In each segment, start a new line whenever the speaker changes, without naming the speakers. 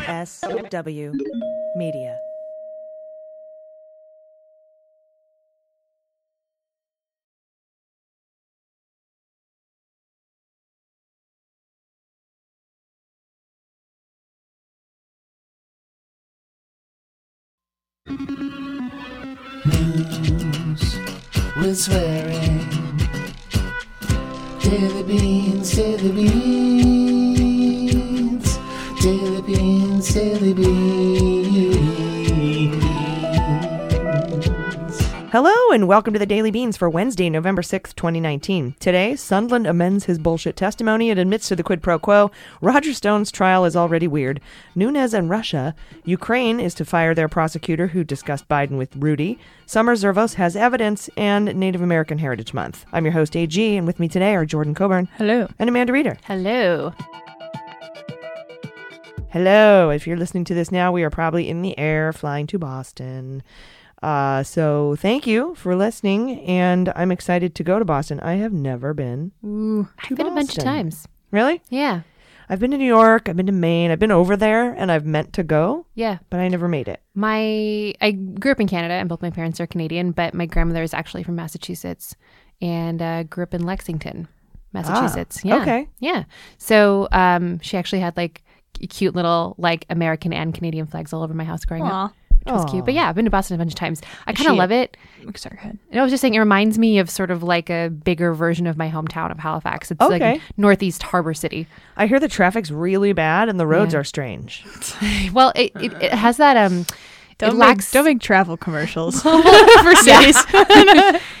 MSW Media.
news with swearing. Daily beans, daily beans, daily beans, daily beans.
Hello and welcome to the Daily Beans for Wednesday, November 6th, 2019. Today, Sundland amends his bullshit testimony and admits to the quid pro quo. Roger Stone's trial is already weird. Nunes and Russia. Ukraine is to fire their prosecutor who discussed Biden with Rudy. Summer Zervos has evidence and Native American Heritage Month. I'm your host, AG, and with me today are Jordan Coburn.
Hello.
And Amanda Reeder.
Hello.
Hello. If you're listening to this now, we are probably in the air flying to Boston. Uh, so thank you for listening, and I'm excited to go to Boston. I have never been.
I've been a bunch
Boston.
of times.
Really?
Yeah.
I've been to New York, I've been to Maine, I've been over there, and I've meant to go,
Yeah.
but I never made it.
My I grew up in Canada and both my parents are Canadian, but my grandmother is actually from Massachusetts and uh, grew up in Lexington, Massachusetts. yeah.
Ah, okay.
Yeah. So um, she actually had like c- cute little like American and Canadian flags all over my house growing up. Which was cute. But yeah, I've been to Boston a bunch of times. I kind of
she-
love it.
Sorry, go ahead.
And I was just saying, it reminds me of sort of like a bigger version of my hometown of Halifax. It's
Okay.
like Northeast Harbor City.
I hear the traffic's really bad and the roads
Yeah.
are strange.
Well, it, it, it has that um,
Don't,
it
make,
lacks
don't make travel commercials.
for cities.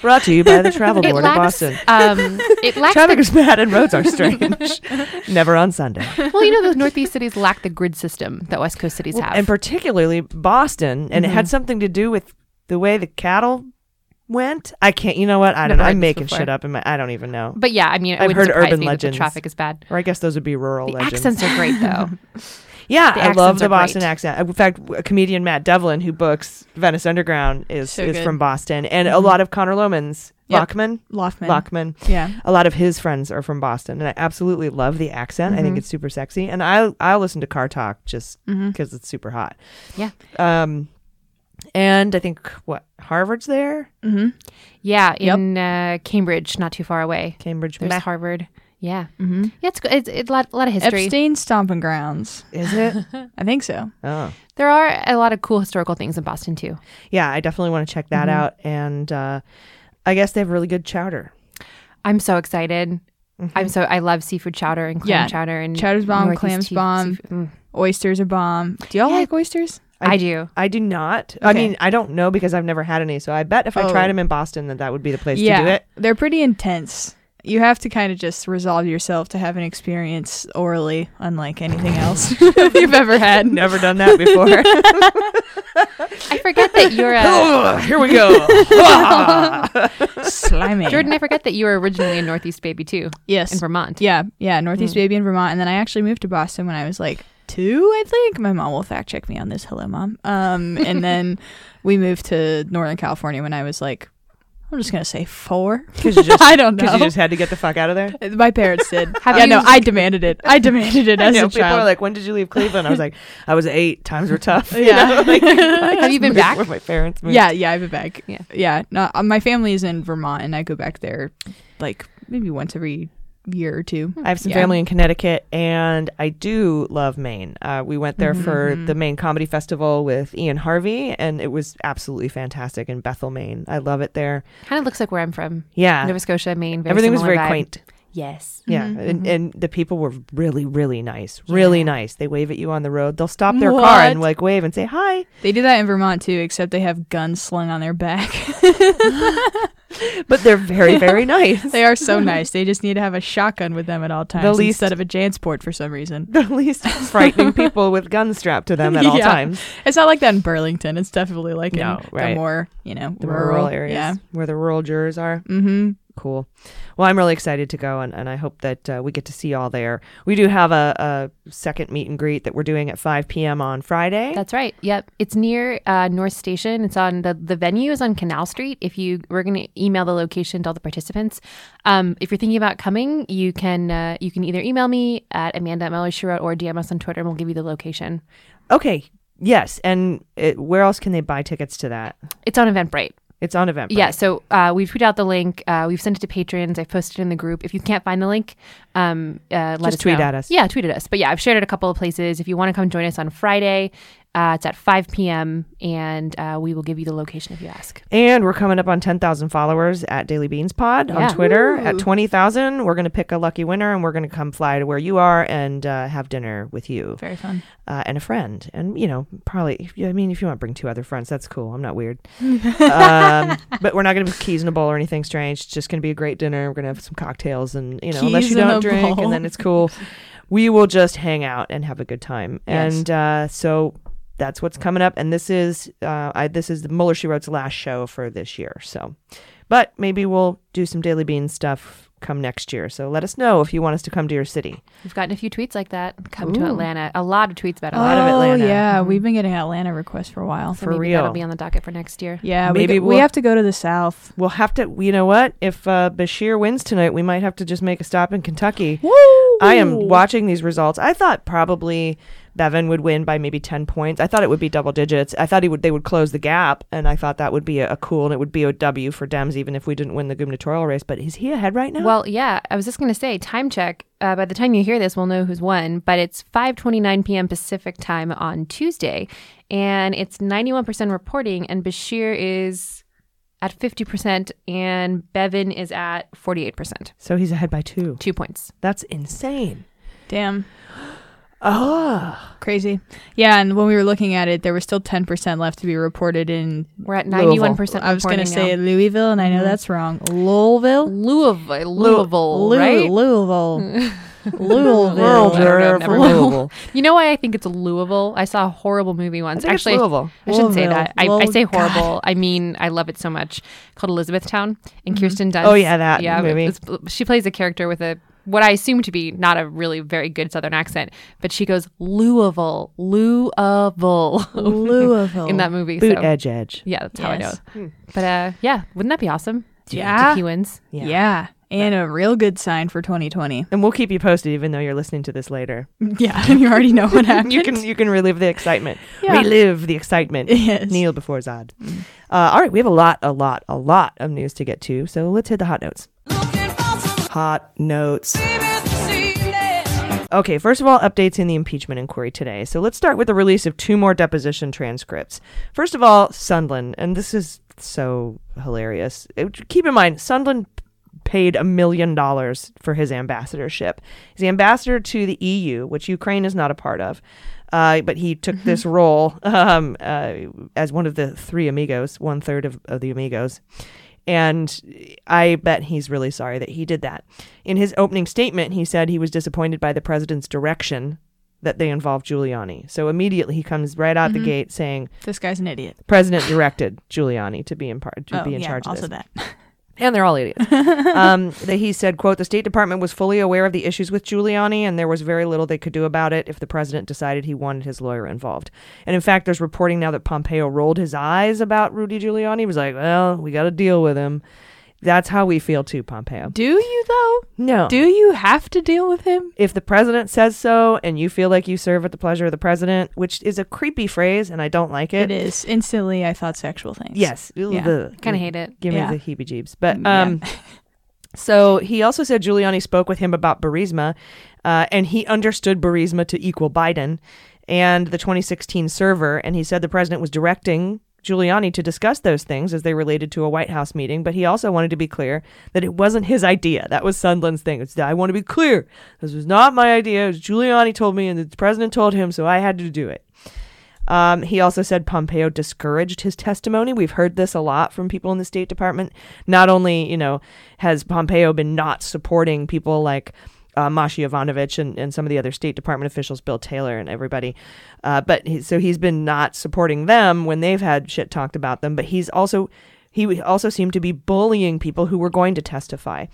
Brought to you by the Travel Board of Boston.
Um, it lacks.
Traffic is bad and roads are strange. never on Sunday.
the- well, you know, those Northeast cities lack the grid system that West Coast cities have. Mm-hmm.
and particularly Boston, and it had something to do with the way the cattle went. I can't. You know what? I don't.
Never
know.
heard
I'm
this
making
before.
shit up in my. I don't even know.
but yeah, I mean, it
I've
wouldn't
heard
surprise
urban
me that the
legends.
traffic is bad.
Or I guess those would be rural
The
legends.
accents are great though.
yeah,
the
I love
accents
the
are
Boston
great.
accent. In fact, a comedian Matt Devlin, who books Venice Underground, is
So
is
good.
from Boston, and
Mm-hmm.
a lot of Connor Lohmann's
Yep.
Lockman.
Loffman.
Lockman.
Yeah.
A lot of his friends are from Boston, and I absolutely love the accent. I think it's super sexy, and I I listen to Car Talk just because it's super hot.
yeah,
Um, and I think what Harvard's there,
Mm-hmm.
yeah, in uh, Cambridge, not too far away.
Cambridge,
There's
Ma-
Harvard. Yeah, yeah, it's good. It's, it's a lot, lot of history.
Mm-hmm. Epstein stomping grounds.
is it?
I think so.
oh,
There are a lot of cool historical things in Boston too.
yeah. I definitely want to check that out. And uh, I guess they have really good chowder.
I'm so excited. I'm so I love seafood chowder and clam
Mm-hmm. Yeah.
chowder and
Chowder's bomb,
Northeast
clams
tea-
bomb.
seafood- mm.
Oysters are bomb. Do y'all
Yeah.
like oysters?
I do.
I do not. I
Okay.
mean, I don't know because I've never had any. So I bet if I
Oh.
tried them in Boston, that that would be the place to do it.
They're pretty intense. You have to kind of just resolve yourself to have an experience orally, unlike anything else you've ever had.
Never done that before.
I forget that you're a
Ugh, Here we go.
Slimy.
Jordan, I forget that you were originally a Northeast baby too
Yes.
in Vermont.
Yeah, yeah, Northeast
Mm.
baby in Vermont, and then I actually moved to Boston when I was like two, I think. My mom will fact check me on this. Hello, mom. Um, and then we moved to Northern California when I was like, I'm just gonna say four.
Because you just
I don't
because
know. Uh,
you just had to get the fuck out of there.
My parents did.
Have
yeah,
you-
no, I demanded it. I demanded it
I
as
know,
a
people are
child.
like, when did you leave Cleveland? I was like, I was eight. Times were tough. You
Yeah.
know, like, I
Have you been
moved
back?
Where my parents moved.
yeah, yeah, I have a bag.
Yeah.
yeah. No, uh, my family is in Vermont, and I go back there like maybe once every year or two.
I have some
Yeah.
family in Connecticut, and I do love Maine. Uh, we went there for
Mm-hmm.
the Maine Comedy Festival with Ian Harvey, and it was absolutely fantastic in Bethel, Maine. I love it there.
Kind of looks like where I'm from.
Yeah,
Nova Scotia, Maine. Very
everything was
similar
very
vibe.
quaint.
Yes.
Yeah,
Mm-hmm.
and, and the people were really, really nice. Really nice. They wave at you on the road. They'll stop their car and
What?
like wave and say hi.
They do that in Vermont too, except they have guns slung on their back.
But they're very, very nice.
They are so nice. They just need to have a shotgun with them at all times
least-
instead of a Jansport for some reason.
the least frightening people with guns strapped to them at all
Yeah.
times.
It's not like that in Burlington. It's definitely like
No,
in
right.
the more, you know,
The rural,
rural,
areas
Yeah.
where the rural jurors are.
Mm-hmm.
Cool. Well, I'm really excited to go, and, and I hope that uh, we get to see you all there. We do have a, a second meet and greet that we're doing at 5 p.m. on Friday.
That's right. Yep. It's near uh, North Station. It's on the the venue is on Canal Street. If you we're going to email the location to all the participants. Um, if you're thinking about coming, you can uh, you can either email me at Amanda Shiro or DM us on Twitter, and we'll give you the location.
okay. Yes. And it, where else can they buy tickets to that?
It's on Eventbrite.
It's on Eventbrite.
Yeah, so uh, we've tweeted out the link. Uh, we've sent it to patrons. I've posted it in the group. If you can't find the link, um, uh, let
Just
us
tweet
know.
at us.
Yeah, tweet at us. But yeah, I've shared it a couple of places. If you want to come join us on Friday, uh, it's at 5 p.m. and uh, we will give you the location if you ask.
And we're coming up on 10,000 followers at Daily Beans Pod
Yeah.
on Twitter. At 20,000, we're going to pick a lucky winner and we're going to come fly to where you are and uh, have dinner with you
Very fun.
uh, and a friend. And, you know, probably, I mean, if you want to bring two other friends, that's cool. I'm not weird. um, but we're not going to be keys in a bowl or anything strange. It's just going to be a great dinner. We're going to have some cocktails and, you know, unless
Keys
you
in
don't
a
drink
bowl.
and then it's cool. We will just hang out and have a good time.
Yes.
And uh, so that's what's coming up. And this is uh, I, this is the Muller She Wrote's last show for this year. So, but maybe we'll do some Daily Bean stuff come next year. So let us know if you want us to come to your city.
We've gotten a few tweets like that. Come to Atlanta. A lot of tweets about
A lot
Atlanta.
of
Oh,
Atlanta.
yeah,
Yeah, we've been getting Atlanta requests for a while.
So
for
maybe That'll
real.
be on the docket for next year.
Yeah,
Maybe
we, go- we
we'll-
have to go to the South.
We'll have to. You know what? If uh, Bashir wins tonight, we might have to just make a stop in Kentucky.
Woo!
I am watching these results. I thought probably Bevin would win by maybe 10 points. I thought it would be double digits. I thought he would they would close the gap and I thought that would be a, a cool and it would be a W for Dems even if we didn't win the gubernatorial race, but is he ahead right now?
Well, yeah, I was just going to say time check. Uh, by the time you hear this, we'll know who's won, but it's 5:29 p.m. Pacific time on Tuesday, and it's 91% reporting and Bashir is at 50% and Bevin is at 48%.
so he's ahead by 2.
2 points.
That's insane.
Damn.
Oh,
Crazy. Yeah, and when we were looking at it, there was still 10% left to be reported in.
We're at 91%
I was going to
reporting
say
now.
Louisville, and I
Mm-hmm.
know that's wrong. Louisville?
Louisville, Louisville,
Lou-
right?
Louisville.
Rural
Louisville.
Juror
never
from
mind.
Louisville.
You know why I think it's Louisville? I saw a horrible movie
I
once.
think it's
Actually,
Louisville.
I shouldn't say that. I, I
Louisville.
say
Oh, God.
horrible. I mean, I love it so much. Called Elizabethtown, and Kirsten Dunst.
Oh, yeah, that
yeah, but
movie.
it's- She plays a character with a what I assume to be not a really very good Southern accent, but she goes Louisville, Louisville
Louisville.
in that movie.
Boot
so
edge edge.
yeah, that's how I know.
Yes.
But uh, yeah, wouldn't that be awesome?
Yeah.
if he wins.
Yeah.
Yeah. And a real good sign for 2020.
And we'll keep you posted even though you're listening to this later.
Yeah, and you already know what happened.
You can you can relive the excitement.
Yeah.
Relive the excitement.
Yes.
Kneel before Zod. Uh, all right, we have a lot, a lot, a lot of news to get to. So let's hit the hot notes. Hot notes. Okay, first of all, updates in the impeachment inquiry today. So let's start with the release of two more deposition transcripts. First of all, Sundland, and this is so hilarious. It- keep in mind, Sundland paid a million dollars for his ambassadorship. He's the ambassador to the EU, which Ukraine is not a part of, uh, but he took this role um, uh, as one of the three amigos, one third of, of the amigos. And I bet he's really sorry that he did that. In his opening statement, he said he was disappointed by the president's direction that they involved Giuliani. So immediately he comes right out
Mm-hmm.
the gate saying,
This guy's an idiot.
"President directed Giuliani to be in part to
oh,
be in
yeah,
charge of
also
this."
that.
and they're all idiots. um, that he said, "quote The State Department was fully aware of the issues with Giuliani, and there was very little they could do about it if the president decided he wanted his lawyer involved." And in fact, there's reporting now that Pompeo rolled his eyes about Rudy Giuliani. He was like, "Well, we got to deal with him." That's how we feel too, Pompeo.
Do you, though?
No,
Do you have to deal with him?
if the president says so, and you feel like you serve at the pleasure of the president, which is a creepy phrase, and I don't like it.
It is. Instantly, I thought sexual things.
Yes,
Yeah.
Kind of hate it.
Give
Yeah.
me the heebie jeebs. But
Yeah.
um, so he also said Giuliani spoke with him about Burisma, uh, and he understood Burisma to equal Biden and the 2016 server. And he said the president was directing Giuliani to discuss those things as they related to a White House meeting. But he also wanted to be clear that it wasn't his idea. That was Sundland's thing. It's, I want to be clear. This was not my idea. It was Giuliani told me, and the president told him, so I had to do it. Um, he also said Pompeo discouraged his testimony. We've heard this a lot from people in the State Department. Not only, you know, has Pompeo been not supporting people like uh, Mashi Ivanovich and, and some of the other State Department officials, Bill Taylor and everybody, uh, but he, so he's been not supporting them when they've had shit talked about them. But he's also He also seemed to be bullying people who were going to testify.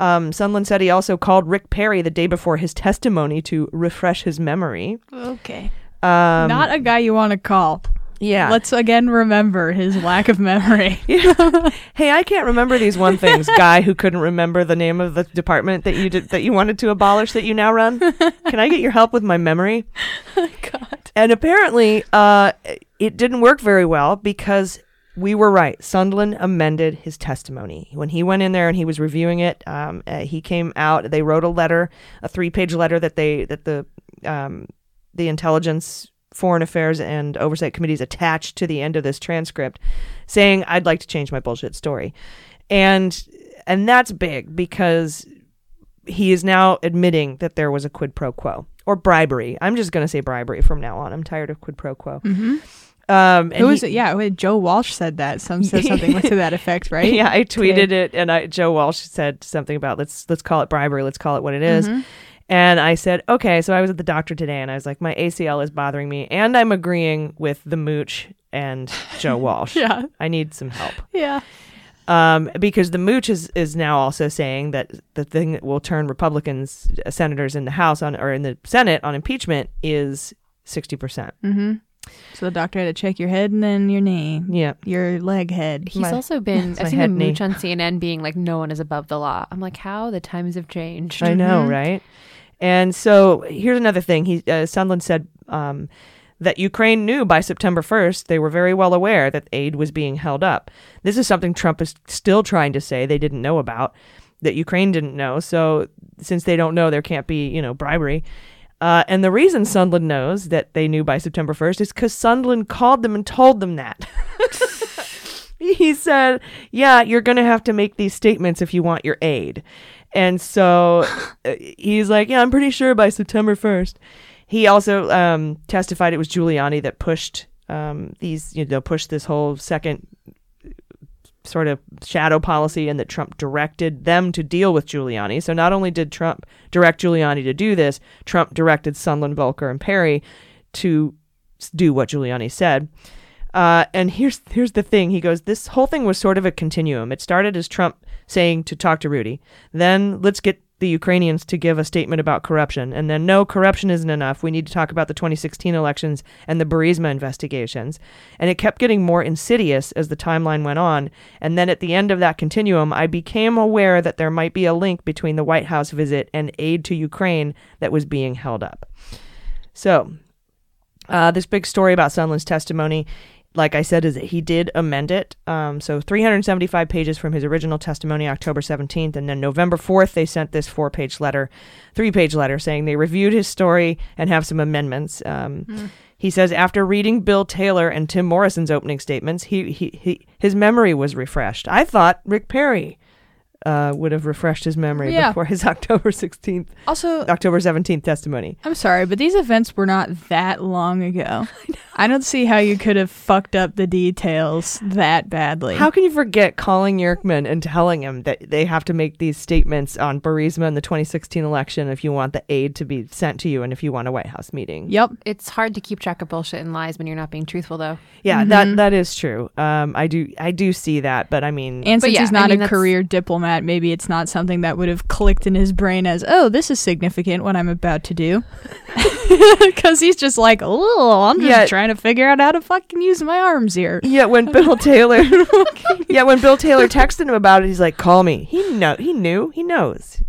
Um, Sunland said he also called Rick Perry the day before his testimony to refresh his memory.
Okay.
Um,
Not a guy you want to call.
yeah.
Let's again remember his lack of memory.
hey, I can't remember these one things. Guy who couldn't remember the name of the department that you did, that you wanted to abolish that you now run. Can I get your help with my memory?
God.
And apparently, uh, it didn't work very well because we were right. Sundlin amended his testimony. When he went in there and he was reviewing it, um, uh, he came out. They wrote a letter, a three-page letter that they that the um, the intelligence, foreign affairs, and oversight committees attached to the end of this transcript, saying, "I'd like to change my bullshit story," and and that's big because he is now admitting that there was a quid pro quo or bribery. I'm just going to say bribery from now on. I'm tired of quid pro quo.
Mm-hmm.
Um, and
Who was
he-
it? Yeah, wait, Joe Walsh said that. Some said something to that effect, right?
Yeah, I tweeted it, and I, Joe Walsh said something about let's let's call it bribery. Let's call it what it is."
Mm-hmm.
And I said, okay. So I was at the doctor today, and I was like, my ACL is bothering me, and I'm agreeing with the mooch and Joe Walsh.
Yeah.
I need some help.
Yeah.
um, because the mooch is, is now also saying that the thing that will turn Republicans uh, senators in the House on or in the Senate on impeachment is sixty percent.
Mm-hmm. So the doctor had to check your head and then your knee,
Yeah,
your leg head.
He's
My-
also
my
been I've seen the
head knee.
mooch on CNN being like, "No one is above the law." I'm like, "How the times have changed."
I know, right? And so here's another thing. He uh, Sondland said um, that Ukraine knew by September 1st they were very well aware that aid was being held up. This is something Trump is still trying to say they didn't know about that Ukraine didn't know. So since they don't know, there can't be you know bribery. Uh, and the reason Sundland knows that they knew by September 1st is because Sundland called them and told them that. he said, "Yeah, you're going to have to make these statements if you want your aid." And so uh, he's like, "Yeah, I'm pretty sure by September 1st." He also um, testified it was Giuliani that pushed um, these, you know, pushed this whole second uh, sort of shadow policy, and that Trump directed them to deal with Giuliani. So not only did Trump direct Giuliani to do this, Trump directed Sondland, Volker, and Perry to s- do what Giuliani said. Uh, and here's here's the thing. He goes, this whole thing was sort of a continuum. It started as Trump saying to talk to Rudy, then let's get the Ukrainians to give a statement about corruption, and then no, corruption isn't enough. We need to talk about the 2016 elections and the Burisma investigations. And it kept getting more insidious as the timeline went on. And then at the end of that continuum, I became aware that there might be a link between the White House visit and aid to Ukraine that was being held up. So uh, this big story about Sunland's testimony, like I said, is that he did amend it. Um, so 375 pages from his original testimony, October 17th, and then November 4th, they sent this four-page letter, three-page letter, saying they reviewed his story and have some amendments. Um, He says after reading Bill Taylor and Tim Morrison's opening statements, he, he, he his memory was refreshed. I thought Rick Perry. Uh, would have refreshed his memory
Yeah.
before his October 16th,
Also,
October 17th testimony.
I'm sorry, but these events were not that long ago. I, don't see how you could have fucked up the details that badly.
How can you forget calling Yerkman and telling him that they have to make these statements on Burisma in the 2016 election if you want the aid to be sent to you and if you want a White House meeting?
Yep.
It's hard to keep track of bullshit and lies when you're not being truthful, though.
Yeah, that that is true. Um, I do I do see that, but I mean,
And
But
since
yeah,
he's
I
not
mean,
a
that's-
career diplomat, maybe it's not something that would have clicked in his brain as, oh, this is significant what I'm about to do. Because he's just like, oh, I'm just
Yeah.
trying to figure out how to fucking use my arms here.
yeah, when Bill Taylor, yeah, when Bill Taylor texted him about it, he's like, "Call me." He know he knew he knows.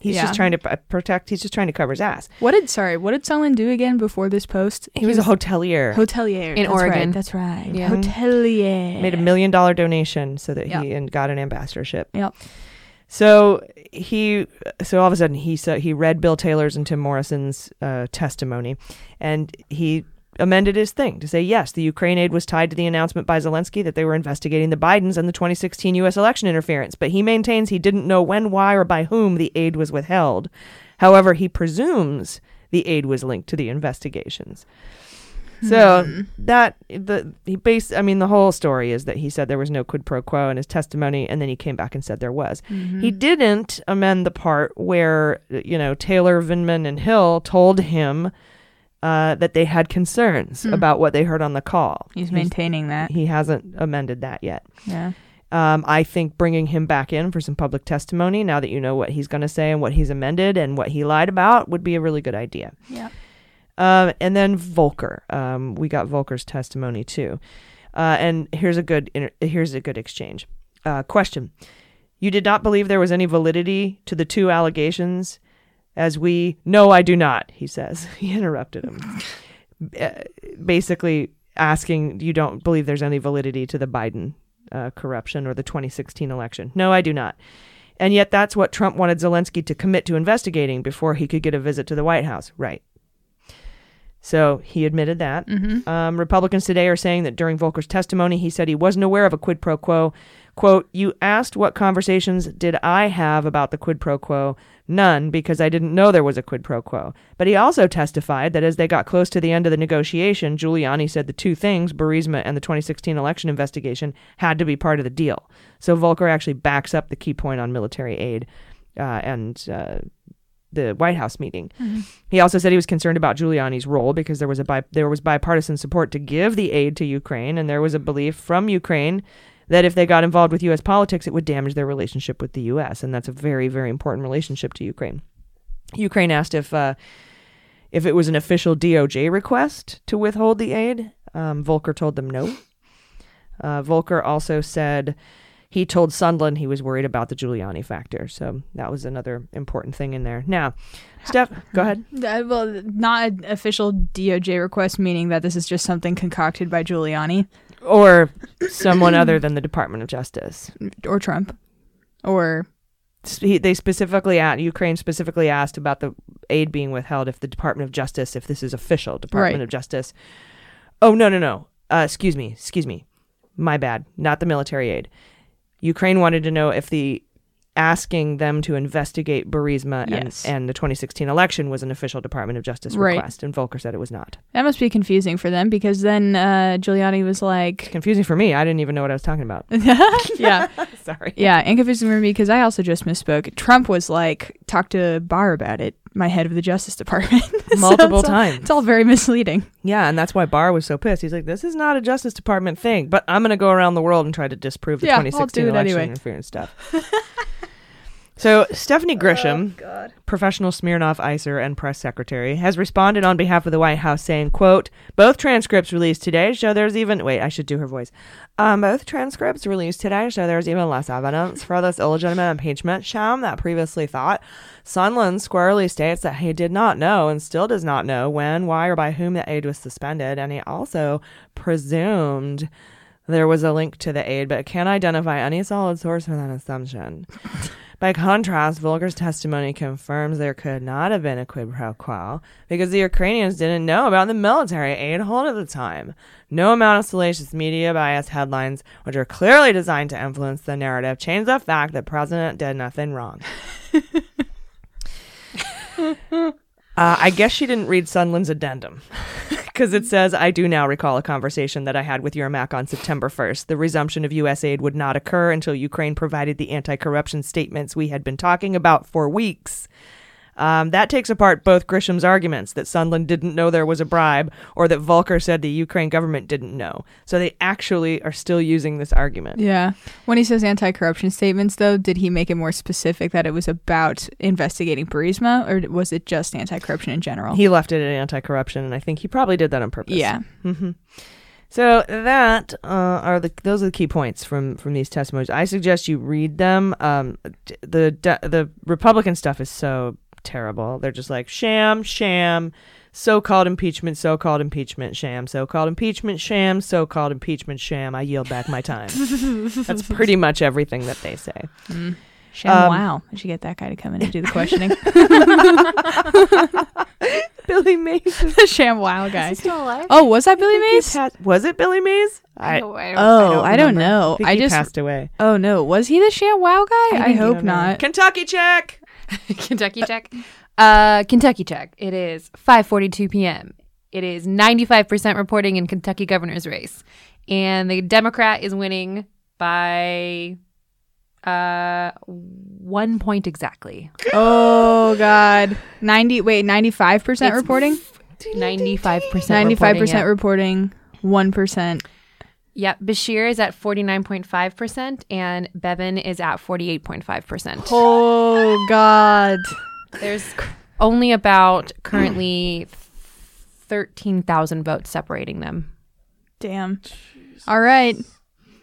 He's
Yeah.
just trying to p- protect. He's just trying to cover his ass.
What did, sorry, what did Stalin do again before this post?
He, was, a hotelier.
hotelier.
In
That's
Oregon.
right, that's right.
Yeah.
Hotelier.
made a million dollar donation so that
Yeah.
he and got an ambassadorship.
Yep.
So he, so all of a sudden he so he read Bill Taylor's and Tim Morrison's uh, testimony, and he amended his thing to say yes, the Ukraine aid was tied to the announcement by Zelensky that they were investigating the Bidens and the 2016 U.S. election interference. But he maintains he didn't know when, why, or by whom the aid was withheld. However, he presumes the aid was linked to the investigations. So that the he based I mean the whole story is that he said there was no quid pro quo in his testimony and then he came back and said there was. He didn't amend the part where you know Taylor, Vinman and Hill told him uh, that they had concerns about what they heard on the call.
He's maintaining that.
He hasn't amended that yet.
Yeah.
Um, I think bringing him back in for some public testimony now that you know what he's going to say and what he's amended and what he lied about would be a really good idea.
Yeah.
Um, and then Volker. Um, we got Volker's testimony too. Uh, and here's a good inter- here's a good exchange. Uh, question: You did not believe there was any validity to the two allegations, as we no, I do not. He says he interrupted him, Uh, basically asking, "You don't believe there's any validity to the Biden uh, corruption or the 2016 election?" No, I do not. And yet, that's what Trump wanted Zelensky to commit to investigating before he could get a visit to the White House. Right. So he admitted that. Um, Republicans today are saying that during Volker's testimony, he said he wasn't aware of a quid pro quo. Quote, You asked what conversations did I have about the quid pro quo? None, because I didn't know there was a quid pro quo. But he also testified that as they got close to the end of the negotiation, Giuliani said the two things, Burisma and the 2016 election investigation, had to be part of the deal. So Volker actually backs up the key point on military aid uh, and uh, the White House meeting. He also said he was concerned about Giuliani's role because there was a bi- there was bipartisan support to give the aid to Ukraine, and there was a belief from Ukraine that if they got involved with U.S. politics, it would damage their relationship with the U.S. And that's a very very important relationship to Ukraine. Ukraine asked if uh, if it was an official DOJ request to withhold the aid. Um, Volker told them no. Uh, Volker also said he told Sundland he was worried about the Giuliani factor. So that was another important thing in there. Now, Steph, go ahead.
Uh, well, not an official DOJ request, meaning that this is just something concocted by Giuliani
or someone other than the Department of Justice.
or Trump or
S- he- They specifically at Ukraine specifically asked about the aid being withheld if the Department of Justice, if this is official Department
Right.
of Justice. Oh no no no! Uh, excuse me, excuse me, my bad. Not the military aid. Ukraine wanted to know if the asking them to investigate Burisma and,
Yes.
and the 2016 election was an official Department of Justice
Right.
request, and Volker said it was not.
That must be confusing for them because then uh, Giuliani was like,
Confusing for me. I didn't even know what I was talking about.
yeah,
Sorry.
yeah, and confusing for me because I also just misspoke. Trump was like, talk to Barr about it, my head of the Justice Department. So
Multiple
it's all-
times.
It's all very misleading.
Yeah, and that's why Barr was so pissed. He's like, "This is not a Justice Department thing, but I'm going to go around the world and try to disprove the
Yeah, I'll
2016
do it
election
anyway."
interference stuff." so Stephanie
Oh,
Grisham, professional Smirnoff icer and press secretary, has responded on behalf of the White House saying, "Quote: Both transcripts released today show there's even wait, I should do her voice. Um, both transcripts released today show there's even less evidence for this illegitimate impeachment sham that previously thought. Sondland squarely states that he did not know and still does not know when, why, or by whom the aid was suspended, and he also presumed." There was a link to the aid, but can't identify any solid source for that assumption. By contrast, Volker's testimony confirms there could not have been a quid pro quo because the Ukrainians didn't know about the military aid hold at the time. No amount of salacious media bias headlines, which are clearly designed to influence the narrative, change the fact that President did nothing wrong. Uh, I guess she didn't read Sunland's addendum because it says, I do now recall a conversation that I had with Yermak on September 1st. The resumption of U.S. aid would not occur until Ukraine provided the anti corruption statements we had been talking about for weeks. Um, that takes apart both Grisham's arguments that Sundland didn't know there was a bribe or that Volker said the Ukraine government didn't know. So they actually are still using this argument.
Yeah. When he says anti corruption statements, though, did he make it more specific that it was about investigating Burisma or was it just anti corruption in general?
He left it at anti corruption, and I think he probably did that on purpose.
yeah.
Mm-hmm. So that uh, are the those are the key points from from these testimonies. I suggest you read them. Um, d- the de- the Republican stuff is so terrible. They're just like sham, sham, so-called impeachment, so-called impeachment, sham, so-called impeachment, sham, so-called impeachment, sham. I yield back my time. That's pretty much everything that they say.
Sham,
Um,
wow. I should get that guy to come in and do the questioning.
Billy Mays.
the Sham, wow guy.
Is he still alive?
Oh, was that Billy Mays?
was it Billy Mays? I,
No, I don't-
Oh, I don't
remember.
know.
think
I
he
just
passed away.
Oh no, was he the Sham Wow guy? I, hope not.
Kentucky check.
Kentucky check. Uh, Kentucky check. It is 5:42 p.m. It is 95% reporting in Kentucky governor's race, and the Democrat is winning by uh one point exactly.
Oh god, ninety wait, ninety five percent reporting,
95%.
ninety five
reporting,
percent reporting, one percent
Yep. Bashir is at 49.5% and Bevin is at 48.5%.
Oh God.
There's only about currently 13,000 votes separating them.
Damn. All right.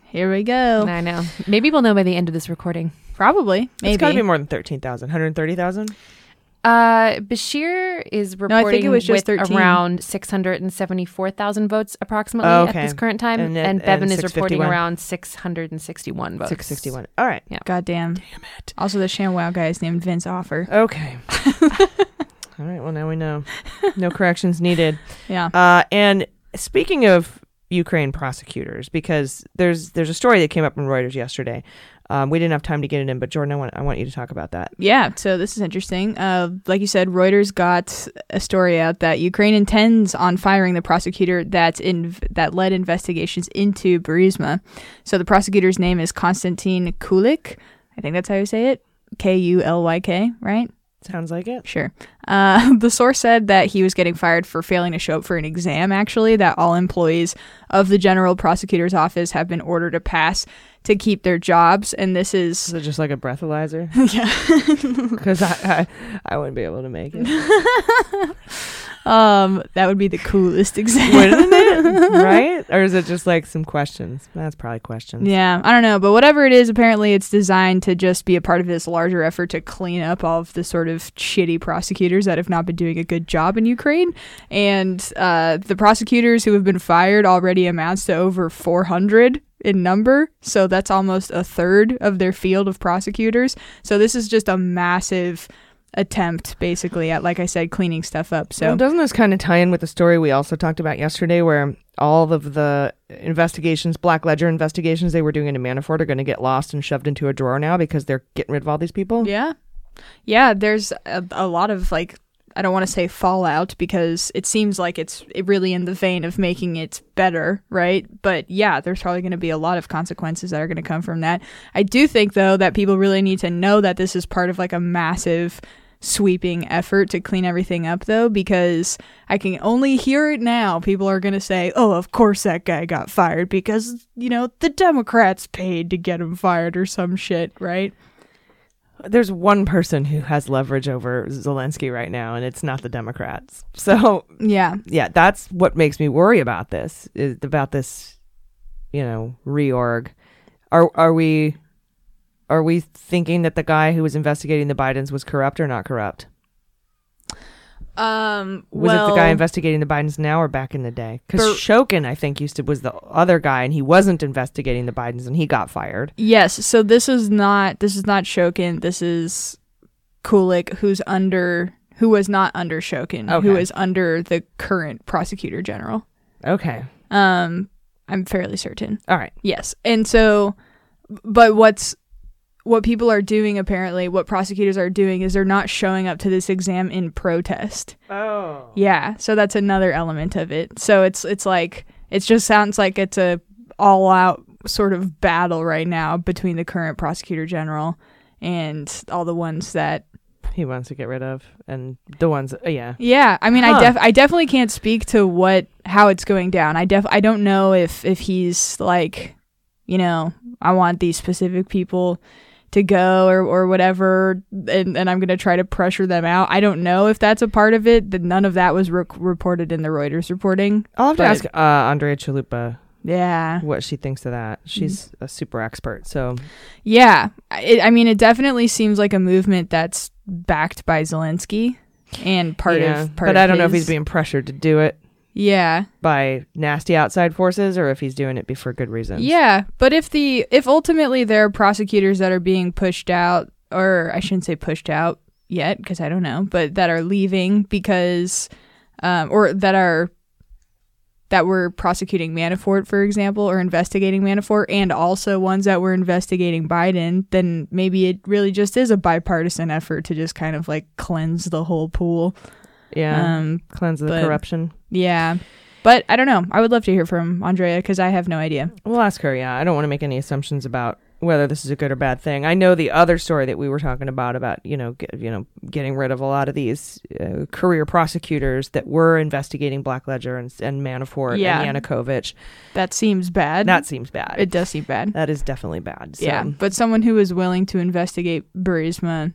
Here we go.
I know. Maybe we'll know by the end of this recording.
Probably. Maybe.
It's got to be more than 13,000. 130,000?
Uh, Bashir is reporting
I think it was just
with
13.
around 674,000 votes approximately
Oh,
at
okay.
this current time.
And
And,
then-
Bevin
and
is reporting
651.
around 661 votes.
661. All right.
God damn. Damn it. Also, the ShamWow guy is named Vince Offer.
Okay. All right. Well, now we know. No corrections needed.
Yeah.
Uh, and speaking of Ukraine prosecutors, because there's there's a story that came up in Reuters yesterday. Um, we didn't have time to get it in, but Jordan, I want I want you to talk about that.
Yeah, so this is interesting. Uh, like you said, Reuters got a story out that Ukraine intends on firing the prosecutor that's in that led investigations into Burisma. So the prosecutor's name is Konstantin Kulik. I think that's how you say it. K U L Y K, right?
Sounds like it.
Sure. Uh, the source said that he was getting fired for failing to show up for an exam, actually, that all employees of the general prosecutor's office have been ordered to pass to keep their jobs. And this is
Is it just like a breathalyzer?
Yeah.
Because I, I I wouldn't be able to make it.
um, that would be the coolest exam.
Wouldn't it? Right? Or is it just like some questions? That's probably questions.
Yeah, I don't know, but whatever it is, apparently it's designed to just be a part of this larger effort to clean up all of the sort of shitty prosecutors that have not been doing a good job in Ukraine. And uh, the prosecutors who have been fired already amounts to over 400 in number, so that's almost a third of their field of prosecutors. So this is just a massive attempt, basically, at like I said, cleaning stuff up. So
Well, doesn't this kind of tie in with the story we also talked about yesterday, where all of the investigations, Black Ledger investigations they were doing into Manafort, are going to get lost and shoved into a drawer now because they're getting rid of all these people?
Yeah. Yeah, there's a, a lot of like I don't want to say fallout because it seems like it's really in the vein of making it better, right? But yeah, there's probably going to be a lot of consequences that are going to come from that. I do think though that people really need to know that this is part of like a massive sweeping effort to clean everything up though because I can only hear it now. People are going to say, "Oh, of course that guy got fired because, you know, the Democrats paid to get him fired or some shit, right?"
There's one person who has leverage over Zelensky right now, and it's not the Democrats. So,
Yeah.
yeah, that's what makes me worry about this, is about this, you know, reorg. Are, are we. Are we thinking that the guy who was investigating the Bidens was corrupt or not corrupt?
Um,
Was
well,
it the guy investigating the Bidens now or back in the day? Because
Ber-
Shokin, I think, used to was the other guy, and he wasn't investigating the Bidens, and he got fired.
yes. So this is not this is not Shokin. This is Kulik, who's under who was not under Shokin, who
Okay.
is under the current prosecutor general.
Okay,
Um, I'm fairly certain.
all right.
Yes. And so but what's what people are doing apparently, what prosecutors are doing is they're not showing up to this exam in protest.
Oh,
Yeah, so that's another element of it. So it's it's like it just sounds like it's a all out sort of battle right now between the current prosecutor general and all the ones that
he wants to get rid of, and the ones, uh, yeah,
yeah i mean
Huh.
i def i definitely can't speak to what how it's going down i def i don't know if if he's like you know i want these specific people to go or, or whatever and, and i'm going to try to pressure them out i don't know if that's a part of it that none of that was re- reported in the reuters reporting
I'll have to
But-
ask uh, Andrea Chalupa
Yeah.
what she thinks of that. She's a super expert, so
Yeah. It, I mean, it definitely seems like a movement that's backed by Zelensky and part
yeah.
of part
but
of
I don't know if
his-
he's being pressured to do it
Yeah.
by nasty outside forces or if he's doing it be- for good reasons.
Yeah, but if the if ultimately there are prosecutors that are being pushed out or I shouldn't say pushed out yet because I don't know, but that are leaving because um or that are that were prosecuting Manafort, for example, or investigating Manafort, and also ones that were investigating Biden, then maybe it really just is a bipartisan effort to just kind of like cleanse the whole pool.
yeah,
Um,
cleanse the
but-
corruption.
yeah. But I don't know. I would love to hear from Andrea because I have no idea.
We'll ask her. Yeah, I don't want to make any assumptions about whether this is a good or bad thing. I know the other story that we were talking about about you know get, you know getting rid of a lot of these uh, career prosecutors that were investigating Black Ledger and, and Manafort
Yeah.
and Yanukovych.
That seems bad.
That seems bad.
it does seem bad.
that is definitely bad. So.
Yeah, but someone who is willing to investigate Burisma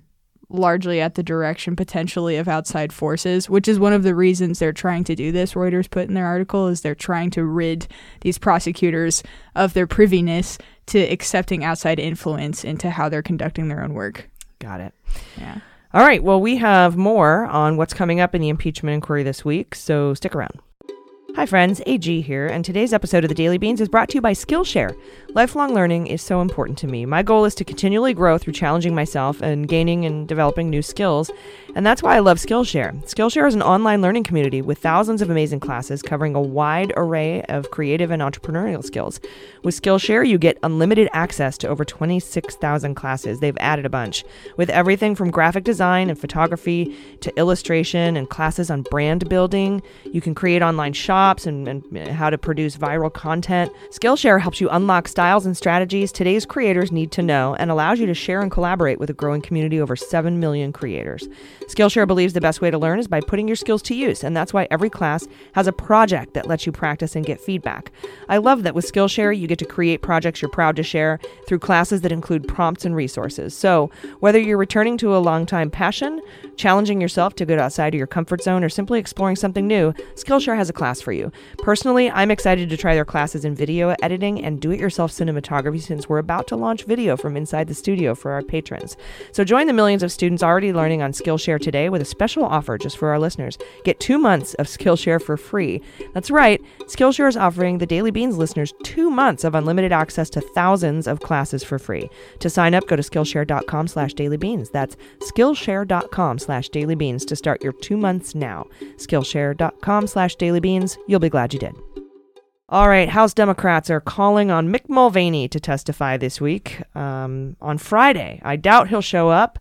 largely at the direction potentially of outside forces, which is one of the reasons they're trying to do this. Reuters put in their article is they're trying to rid these prosecutors of their priviness to accepting outside influence into how they're conducting their own work.
Got it.
Yeah.
All right. Well, we have more on what's coming up in the impeachment inquiry this week, so stick around. Hi, friends. AG here, and today's episode of the Daily Beans is brought to you by Skillshare. Lifelong learning is so important to me. My goal is to continually grow through challenging myself and gaining and developing new skills, and that's why I love Skillshare. Skillshare is an online learning community with thousands of amazing classes covering a wide array of creative and entrepreneurial skills. With Skillshare, you get unlimited access to over 26,000 classes. They've added a bunch, with everything from graphic design and photography to illustration and classes on brand building. You can create online shops and, and uh, how to produce viral content. Skillshare helps you unlock styles and strategies today's creators need to know and allows you to share and collaborate with a growing community of over 7 million creators. Skillshare believes the best way to learn is by putting your skills to use, and that's why every class has a project that lets you practice and get feedback. I love that with Skillshare, you get to create projects you're proud to share through classes that include prompts and resources. So, whether you're returning to a longtime passion, challenging yourself to go outside of your comfort zone, or simply exploring something new, Skillshare has a class for you. Personally, I'm excited to try their classes in video editing and do it yourself cinematography since we're about to launch video from inside the studio for our patrons. So, join the millions of students already learning on Skillshare today with a special offer just for our listeners. Get two months of Skillshare for free. That's right, Skillshare is offering the Daily Beans listeners two months of unlimited access to thousands of classes for free. To sign up, go to Skillshare.com slash dailybeans. That's Skillshare.com slash dailybeans to start your two months now. Skillshare.com slash dailybeans. You'll be glad you did. All right, House Democrats are calling on Mick Mulvaney to testify this week um, on Friday. I doubt he'll show up.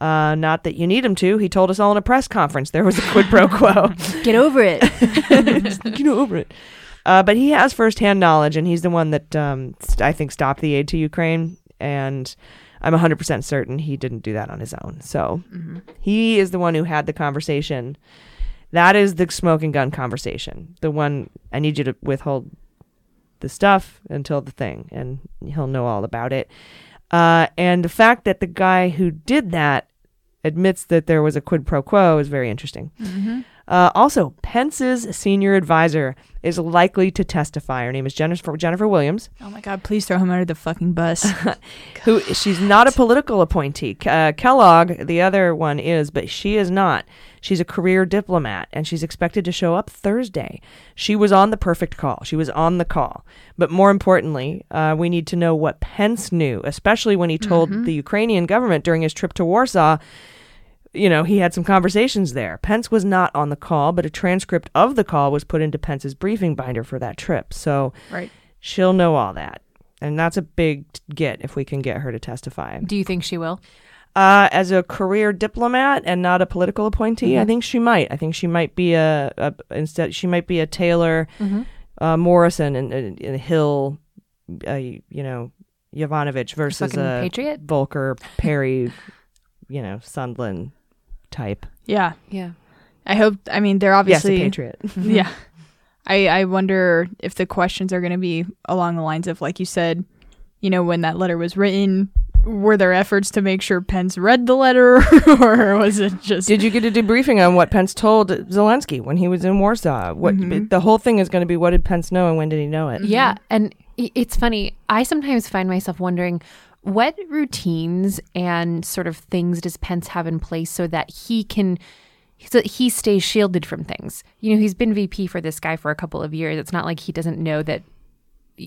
Uh, not that you need him to. He told us all in a press conference there was a quid pro quo.
Get over it.
Get over it. Uh, but he has firsthand knowledge, and he's the one that um, st- I think stopped the aid to Ukraine. And I'm 100% certain he didn't do that on his own. So
Mm-hmm.
he is the one who had the conversation. That is the smoke and gun conversation. The one I need you to withhold the stuff until the thing, and he'll know all about it. Uh, and the fact that the guy who did that admits that there was a quid pro quo is very interesting. Uh, also, Pence's senior advisor is likely to testify. Her name is Jennifer, Jennifer Williams,
Oh my God, please throw him under the fucking bus.
who she's not a political appointee. Uh, Kellogg, the other one, is, but she is not. She's a career diplomat, and she's expected to show up Thursday. She was on the perfect call. She was on the call. But more importantly, uh, we need to know what Pence knew, especially when he told the Ukrainian government during his trip to Warsaw you know, he had some conversations there. Pence was not on the call, but a transcript of the call was put into Pence's briefing binder for that trip. So
right.
she'll know all that. And that's a big t- get if we can get her to testify.
Do you think she will?
Uh, as a career diplomat and not a political appointee, I think she might. I think she might be a, a instead she might be a Taylor, uh, Morrison, and, and, and Hill, uh, you know, Yovanovitch versus
Fucking
a
patriot?
Volker Perry, you know, Sundland type.
Yeah.
Yeah.
I hope, I mean, they're
Yes, a
obviously.
patriot.
Yeah. I, I wonder if the questions are going to be along the lines of, like you said, you know, when that letter was written, were there efforts to make sure Pence read the letter or was it just.
Did you get a debriefing on what Pence told Zelensky when he was in Warsaw? What the whole thing is going to be: what did Pence know and when did he know it?
Yeah. And i- it's funny. I sometimes find myself wondering what routines and sort of things does Pence have in place so that he can. So that he stays shielded from things. You know, he's been VP for this guy for a couple of years. It's not like he doesn't know that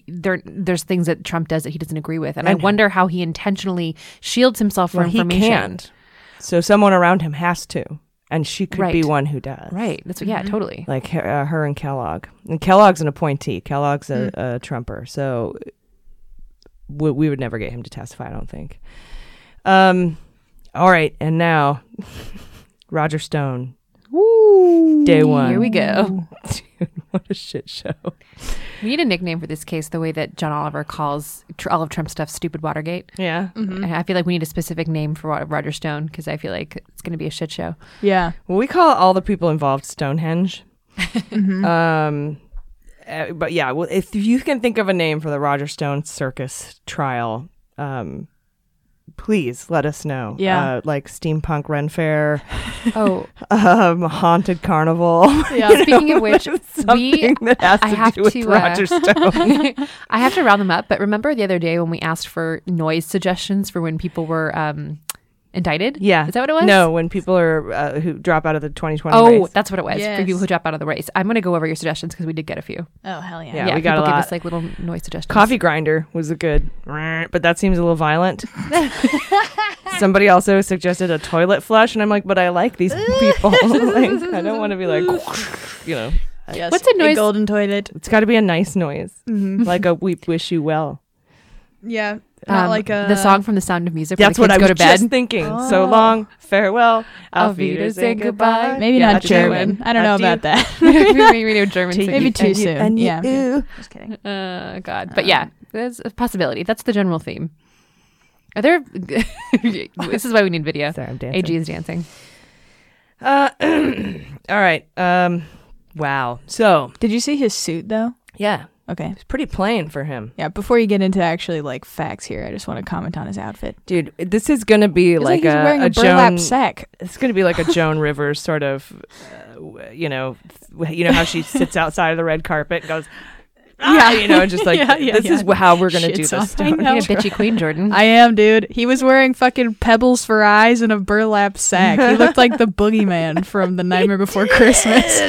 there there's things that Trump does that he doesn't agree with. And I wonder how he intentionally shields himself from
Well, he
information.
can't. So someone around him has to, and she could be
Right.
one who does.
Right. That's yeah, totally.
Like her, uh, her and Kellogg. And Kellogg's an appointee. Kellogg's a, a Trumper. So we, we would never get him to testify. I don't think. Um. All right, and now Roger Stone. Woo! Day one.
Here we go.
Dude, what a shit show.
We need a nickname for this case, the way that John Oliver calls tr- all of Trump stuff stupid Watergate.
Yeah.
I feel like we need a specific name for Ro- Roger Stone because I feel like it's going to be a shit show.
Yeah.
Well, we call all the people involved Stonehenge.
Mm-hmm.
Um, uh, but yeah, well, if you can think of a name for the Roger Stone circus trial, um, please let us know.
Yeah.
Uh, like steampunk Ren Fair,
Oh,
um, haunted carnival.
Yeah.
speaking of which, we
Something that has to
I have
do with
to, uh,
Roger Stone.
I have to round them up. But remember the other day when we asked for noise suggestions for when people were um, indicted?
yeah.
is that what it was?
No, when people are uh, who drop out of the 2020
Oh,
race.
that's what it was
Yes.
for people who drop out of the race. I'm going to go over your suggestions because we did get a few.
Oh hell yeah.
Yeah. we got a
people
lot.
gave us like little noise suggestions.
Coffee grinder was a good, but that seems a little violent. Somebody also suggested a toilet flush, and I'm like, but I like these people. like, I don't want to be like, you know,
Yes.
What's a noise-
golden toilet.
it's got to be a nice noise, like a "We wish you well."
Yeah. Not
Um,
like uh, a
the song from The Sound of Music.
That's what
where the
I
kids
was
go to bed.
just thinking.
Oh.
So long, farewell,
Auf
auf Wiedersehen,
Wiedersehen, goodbye.
goodbye.
Maybe
Yeah,
not German. I don't know
Adieu.
about that.
we we know German.
To
so
Maybe
you,
too
and you,
soon.
and you.
Yeah. Just kidding.
Uh, God. But yeah, there's a possibility. That's the general theme. Are there? this is why we need video.
Sorry, I'm dancing.
AG is dancing.
Uh, all right. Um, wow. So
Did you see his suit though?
yeah,
Okay.
it's pretty plain for him.
Yeah. Before you get into actually like facts here, I just want to comment on his outfit.
Dude, this is gonna be
It's
like,
like he's
a,
wearing a,
a
burlap
Joan-
sack.
It's gonna be like a Joan Rivers sort of, uh, w- you know, th- you know how she sits outside of the red carpet and goes, yeah, you know, and just like
Yeah, yeah,
this
yeah.
is wh- how we're gonna do
Shits
this.
on- I
Stone."
know.
Being a bitchy queen, Jordan.
I am, dude. He was wearing fucking pebbles for eyes and a burlap sack. He looked like the boogeyman from The Nightmare Before Christmas.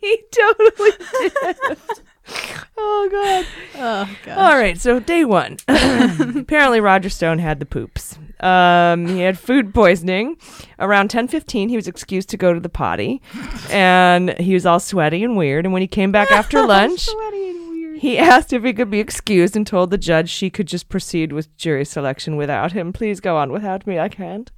he totally did. oh god.
Oh
All right, so day one. Apparently, Roger Stone had the poops. Um, he had food poisoning. Around ten fifteen, he was excused to go to the potty, and he was all sweaty and weird. And when he came back after lunch. He asked if he could be excused and told the judge she could just proceed with jury selection without him. Please go on without me. I can't.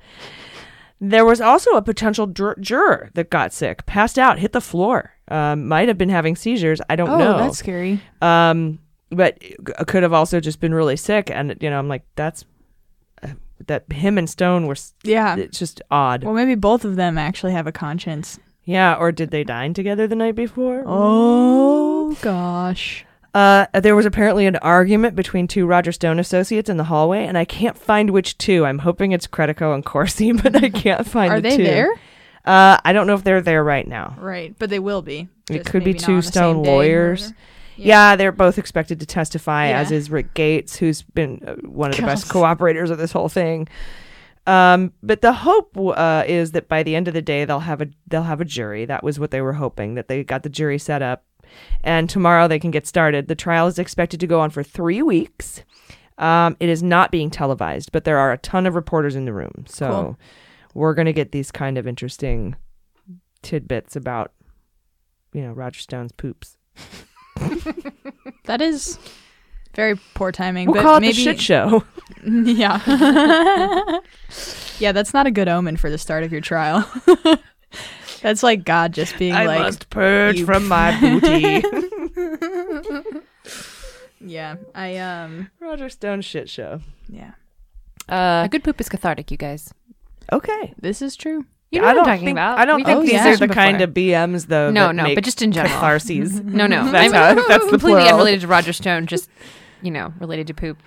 There was also a potential jur- juror that got sick, passed out, hit the floor, um, might have been having seizures. I don't
Oh,
know.
that's scary.
um, but c- could have also just been really sick. And you know, I'm like, that's uh, that him and Stone were. s-
Yeah.
It's just odd.
Well, maybe both of them actually have a conscience.
yeah. Or did they dine together the night before?
Oh gosh.
Uh, there was apparently an argument between two Roger Stone associates in the hallway, and I can't find which two. I'm hoping it's Credico and Corsi, but I can't find.
Are
the
they
two.
there?
Uh, I don't know if they're there right now.
Right, but they will be.
It
Just
could be
maybe not
two
on the
Stone
same day or
lawyers.
whatever.
Yeah. they're both expected to testify,
Yeah.
as is Rick Gates, who's been uh, one of the best
God.
cooperators of this whole thing. Um, but the hope w- uh, is that by the end of the day, they'll have a they'll have a jury. That was what they were hoping that they got the jury set up, and tomorrow they can get started. The trial is expected to go on for three weeks. Um, it is not being televised, but there are a ton of reporters in the room, so
Cool.
we're going to get these kind of interesting tidbits about you know Roger Stone's poops.
That is very poor timing.
We'll
but
call it
maybe,
the shit show.
Yeah. yeah, that's not a good omen for the start of your trial. that's like God just being like,
purge
you-
from my booty.
yeah, I um,
Roger Stone shit show.
yeah,
a good poop is cathartic, you guys.
Okay.
this is true.
You know
I
what
don't
I'm talking
think,
about.
I don't
We
think
did
these
this
are the kind
discussion before.
of BMs though.
No,
that
no,
make
but just in general.
catharses.
No, no.
That's how- that's the
completely
plural.
unrelated to Roger Stone. Just you know, related to poop.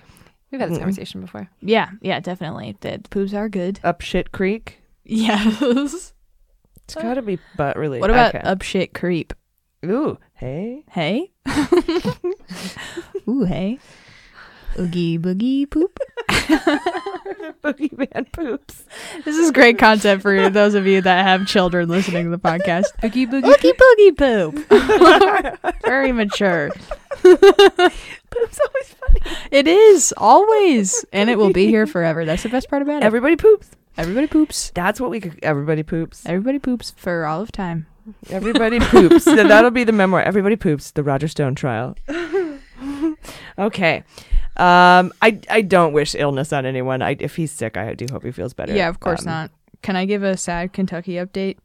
We've had this conversation before.
Yeah, yeah, definitely. The poops are good.
Up shit creek.
Yes.
It's
Uh,
got to be butt related.
What about
Okay.
up shit creep?
Ooh, hey.
Hey. Ooh, hey. Oogie boogie poop.
Boogeyman poops.
This is great content for those of you that have children listening to the podcast. Oogie boogie, Oogie boogie poop. Very mature.
Poops always funny.
It is always, and it will be here forever. That's the best part about it.
Everybody poops.
everybody poops.
That's what we could. Everybody poops.
Everybody poops for all of time.
Everybody poops. so that'll be the memoir. Everybody poops. The Roger Stone trial. okay. Um, I I don't wish illness on anyone. I if he's sick, I do hope he feels better.
Yeah, of course
Um,
not. Can I give a sad Kentucky update?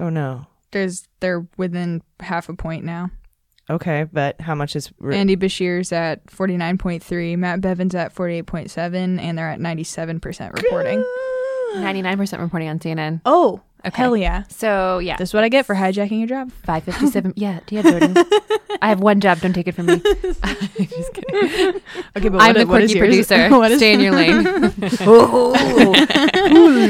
Oh no.
There's they're within half a point now.
Okay, but how much is re-
Andy Bashir's at 49.3, Matt Bevin's at 48.7, and they're at 97% reporting.
99% reporting on CNN.
Oh,
Okay.
hell yeah.
So, yeah.
That's what I get for hijacking your job.
557. yeah, yeah, Jordan. I have one job. Don't take it from me. Just kidding.
Okay, but
I'm the quirky producer. Stay in your lane.
oh, ooh,
Just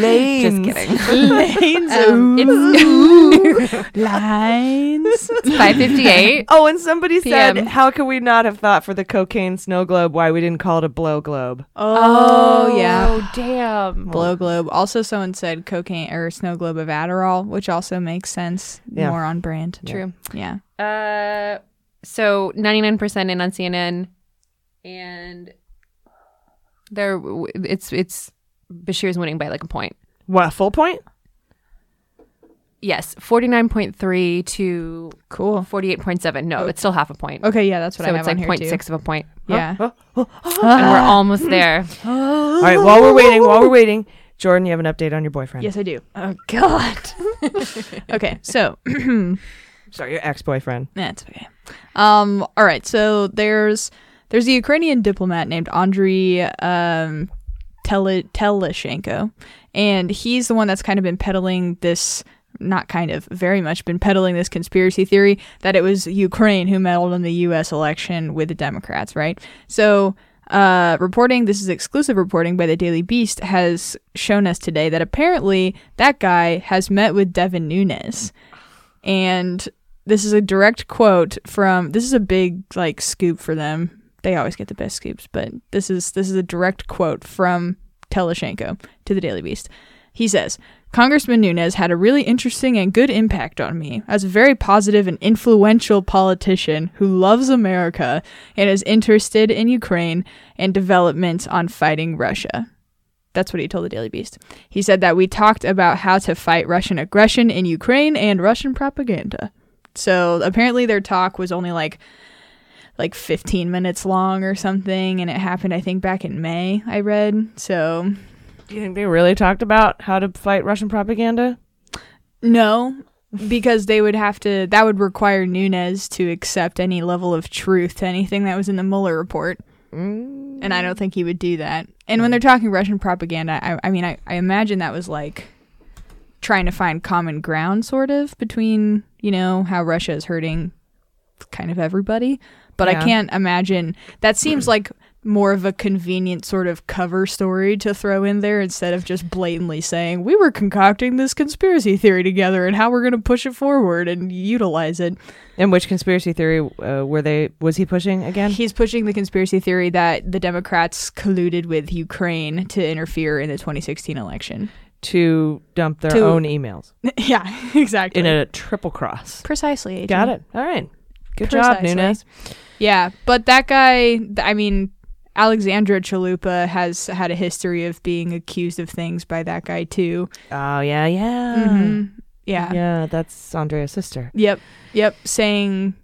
lanes.
kidding.
Lanes.
Um, it's,
Lines.
it's 558.
Oh, and somebody
PM.
said, "How could we not have thought for the cocaine snow globe? Why we didn't call it a blow globe?"
Oh, yeah.
Oh, damn.
Blow globe. Also, someone said cocaine or snow globe of Adderall, which also makes sense.
Yeah.
More on brand.
True.
Yeah.
Uh, so 99% in on CNN, and there it's it's Bashir's winning by like a point.
What full point?
Yes, 49.3 to
Cool.
48.7. No,
Oh.
it's still half a point.
Okay, yeah, that's what
so
I
it's
have
like
on here
point
too.
six Oh, of a point.
Yeah.
Huh?
And we're almost there.
All right, while we're waiting, while we're waiting, Jordan, you have an update on your boyfriend.
Yes, I do. Oh God. okay, so
Sorry, your ex-boyfriend.
That's okay. Um, all right. So there's there's a Ukrainian diplomat named Andrei um, Tele- Teleshenko, and he's the one that's kind of been peddling this. Not kind of, very much been peddling this conspiracy theory that it was Ukraine who meddled in the U.S. election with the Democrats, right? So, uh, reporting, this is exclusive reporting by the Daily Beast, has shown us today that apparently that guy has met with Devin Nunes and this is a direct quote from this is a big like scoop for them they always get the best scoops but this is this is a direct quote from teleshenko to the daily beast he says congressman nunes had a really interesting and good impact on me as a very positive and influential politician who loves america and is interested in ukraine and developments on fighting russia that's what he told the Daily Beast. He said that we talked about how to fight Russian aggression in Ukraine and Russian propaganda. So apparently their talk was only like like 15 minutes long or something and it happened I think back in May I read. So
Do you think they really talked about how to fight Russian propaganda?
no because they would have to that would require Nunes to accept any level of truth to anything that was in the Mueller report.
Mm.
and I don't think he would do that. And when they're talking Russian propaganda, I, I mean, I, I imagine that was like trying to find common ground, sort of, between you know how Russia is hurting kind of everybody. But
Yeah.
I can't imagine that seems like more of a convenient sort of cover story to throw in there instead of just blatantly saying we were concocting this conspiracy theory together and how we're going to push it forward and utilize it.
And which conspiracy theory uh, were they? Was he pushing again?
He's pushing the conspiracy theory that the Democrats colluded with Ukraine to interfere in the 2016 election.
to dump their
To-
own emails
yeah, exactly.
in a triple cross.
Precisely. Adrian.
Got it. All right. Good
Precisely.
job, Nunes.
Yeah, but that guy, th- I mean, Alexandra Chalupa has had a history of being accused of things by that guy too.
Oh yeah, yeah,
Mhm. Yeah.
Mm-hmm. yeah. That's Andrea's sister.
Yep. Yep. Saying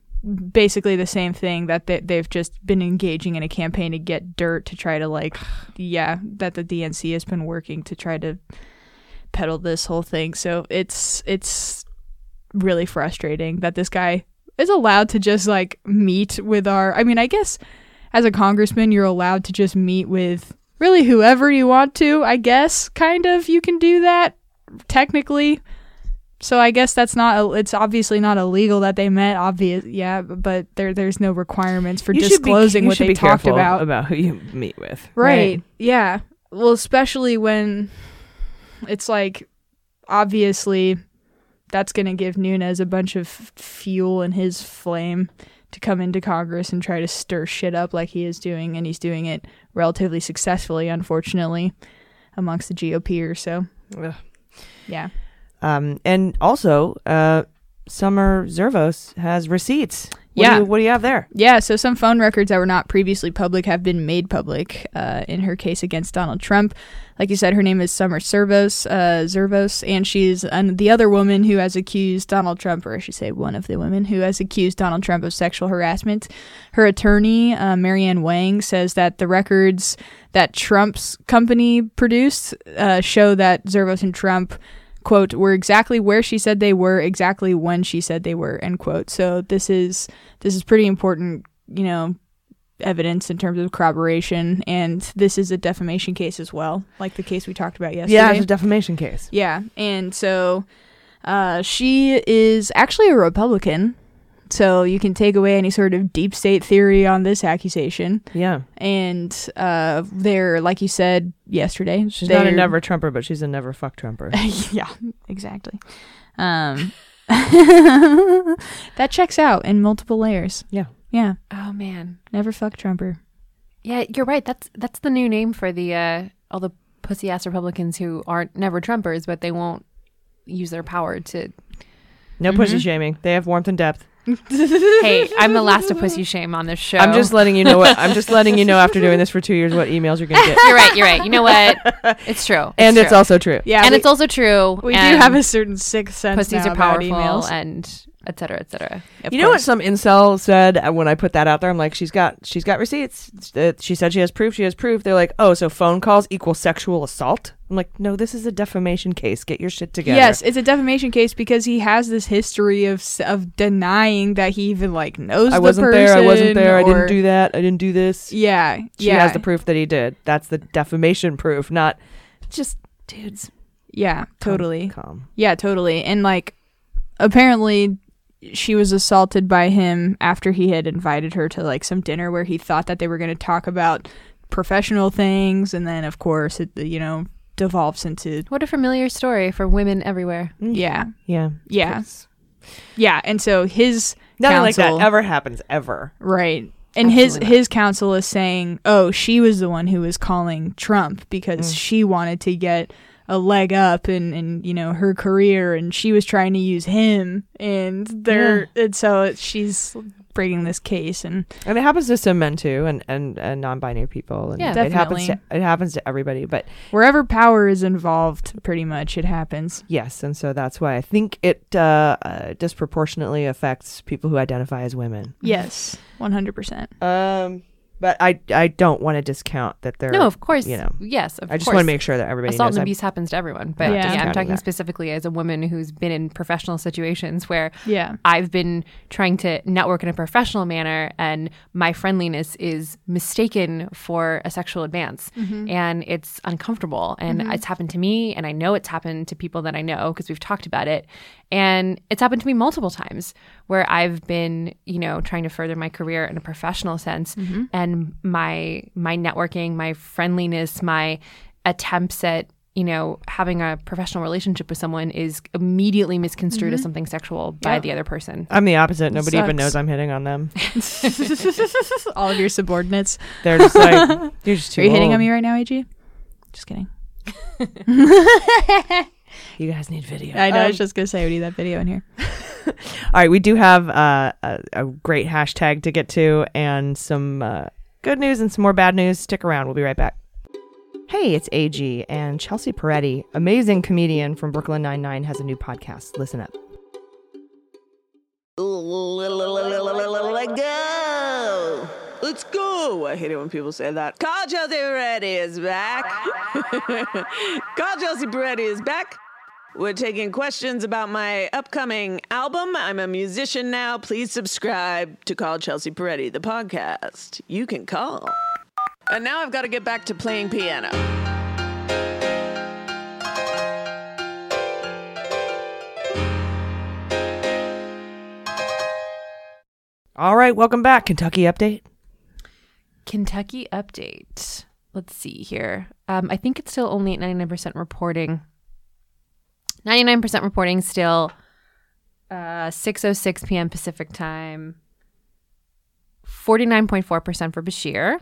basically the same thing that they, they've just been engaging in a campaign to get dirt to try to like yeah that the DNC has been working to try to peddle this whole thing. So it's it's really frustrating that this guy is allowed to just like meet with our I mean, I guess as a congressman you're allowed to just meet with really whoever you want to, I guess kind of you can do that technically. So I guess that's not it's obviously not illegal that they met obvious yeah, but there there's no requirements for
You should be-
disclosing
you
what
should
they
be
talked
careful
about.
about who you meet with.
Right. Yeah. Well, especially when it's like obviously that's going to give Nunes a bunch of f- fuel in his flame to come into Congress and try to stir shit up like he is doing and he's doing it relatively successfully unfortunately amongst the GOP or so.
Ugh.
Yeah.
Um, and also, uh, Summer Zervos has receipts. What
Yeah.
Do you, what do you have there?
Yeah, so some phone records that were not previously public have been made public uh, in her case against Donald Trump. Like you said, her name is Summer Servos, uh, Zervos, and she's an, the other woman who has accused Donald Trump, or I should say, one of the women who has accused Donald Trump of sexual harassment. Her attorney, uh, Marianne Wang, says that the records that Trump's company produced uh, show that Zervos and Trump quote, were exactly where she said they were, exactly when she said they were, end quote. So this is this is pretty important, you know, evidence in terms of corroboration and this is a defamation case as well, like the case we talked about yesterday.
Yeah, it's a defamation case.
Yeah, and so uh, she is actually a Republican, so you can take away any sort of deep state theory on this accusation.
Yeah.
And uh, they're like you said yesterday,
She's not a
they're-
never Trumper, but she's a never fuck Trumper.
yeah, exactly. Um, that checks out in multiple layers.
Yeah.
Yeah,
Oh man.
never fuck Trumper.
Yeah, you're right. That's that's the new name for the uh, all the pussy ass Republicans who aren't never Trumpers, but they won't use their power to.
No pussy shaming. They have warmth and depth.
Hey, I'm the last to pussy shame on this show.
I'm just letting you know what I'm just letting you know after doing this for two years what emails you're gonna get.
You're right. You're right. You know what? It's true.
and it's
true.
also true.
Yeah,
and
we,
it's also true.
we do
and
have a certain sixth sense
pussies
now
are
about
powerful
emails.
and et cetera, et cetera.
Of
you know what
course.
some incel said uh, when I put that out there? I'm like, she's got she's got receipts. Uh, She said she has proof. She has proof. They're like, oh, so phone calls equal sexual assault? I'm like, no, this is a defamation case. Get your shit together.
Yes, it's a defamation case because he has this history of s- of denying that he even like knows.
I
the
wasn't there. I wasn't
person
there. I
or-
didn't do that. I didn't do this.
Yeah,
She
yeah,
has the proof that he did. That's the defamation proof, not just dudes.
yeah, totally.
Calm.
Yeah, totally. And like, apparently, she was assaulted by him after he had invited her to like some dinner where he thought that they were going to talk about professional things, and then of course it you know devolves into
What a familiar story for women everywhere.
yeah,
Yeah.
yeah, yeah. And so his
Nothing like that
counsel-
ever happens ever.
Right. And
Absolutely
his his counsel is saying, "Oh, she was the one who was calling Trump because she wanted to get a leg up and and you know her career, and she was trying to use him." And they're and so it- she's bringing this case, and
And it happens to some men too, and and, and non-binary people. And
Yeah,
it happens. To,
definitely.
it happens to everybody. But
wherever power is involved, pretty much it happens.
yes, and so that's why I think it uh, uh, disproportionately affects people who identify as women.
Yes, one hundred percent.
Um, but I I don't want to discount that they're
No, of course.
You know,
yes, of
I just
course.
want to make sure that everybody
assault
knows.
and
I'm-
abuse happens to everyone, but
Yeah.
yeah,
Discounting
I'm talking
that.
specifically as a woman who's been in professional situations where
Yeah,
I've been trying to network in a professional manner, and my friendliness is mistaken for a sexual advance. And it's uncomfortable. And it's happened to me, and I know it's happened to people that I know because we've talked about it. And it's happened to me multiple times where I've been, you know, trying to further my career in a professional sense, and my my networking, my friendliness, my attempts at you know, having a professional relationship with someone is immediately misconstrued as something sexual by
Yep.
the other person.
I'm the opposite. Nobody even
sucks.
knows I'm hitting on them.
all of your subordinates.
They're just like you're just too.
Are you hitting
old.
on me right now, Ag? Just kidding.
You guys need video.
I know. I
Um,
was just gonna say we need that video in here.
All right, we do have uh, a, a great hashtag to get to and some uh, good news and some more bad news. Stick around, we'll be right back. Hey, it's AG and Chelsea Peretti, amazing comedian from Brooklyn Nine-Nine, has a new podcast. Listen up.
go. Let's go. I hate it when people say that. Call Josie Peretti is back. Call Josie Peretti is back. We're taking questions about my upcoming album. I'm a musician now. Please subscribe to Call Chelsea Peretti, the podcast. You can call. And now I've got to get back to playing piano.
All right, welcome back. Kentucky update.
Kentucky update. Let's see here. Um, I think it's still only at 99% reporting. 99% reporting still. Uh, 6:06 p.m. Pacific time. 49.4% for Bashir.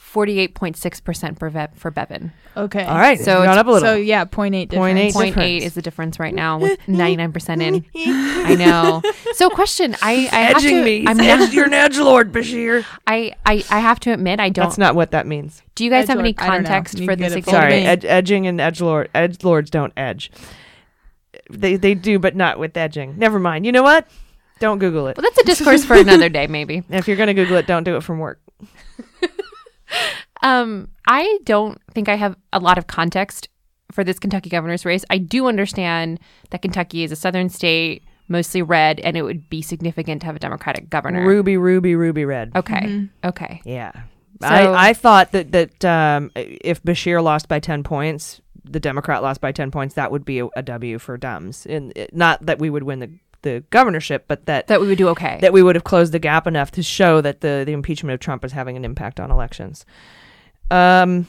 48.6% for, Ve- for Bevin.
Okay.
All right,
So
so gone
it's-
up a little.
So yeah, point eight.
Point
difference.
eight.
Point eight
difference.
is the difference right now with 99% in. I know. So question, I, I have
Edging
to,
me.
I'm
Edge-
not,
you're an edge lord, Bashir.
I, I, I have to admit, I don't,
That's not what that means.
do you guys have any
Edgelord, I don't know.
context
You
for
can get
this?
it for
example?
Sorry,
me.
ed- edging and edge lord. Edge lords don't edge. They they do, but not with edging. Never mind. You know what? Don't Google it.
Well, that's a discourse for another day, maybe.
If you're gonna Google it, don't do it from work.
Um, I don't think I have a lot of context for this Kentucky governor's race. I do understand that Kentucky is a southern state, mostly red, and it would be significant to have a Democratic governor.
Ruby, ruby, ruby red.
Okay.
Mm-hmm.
Okay.
Yeah.
So-
I, I thought that that um, if Bashir lost by ten points, the Democrat lost by ten points, that would be a, a W for Dums, and it- not that we would win the, the governorship, but that, that
That we would do okay.
we would have closed the gap enough to show that the the impeachment of Trump is having an impact on elections. Um,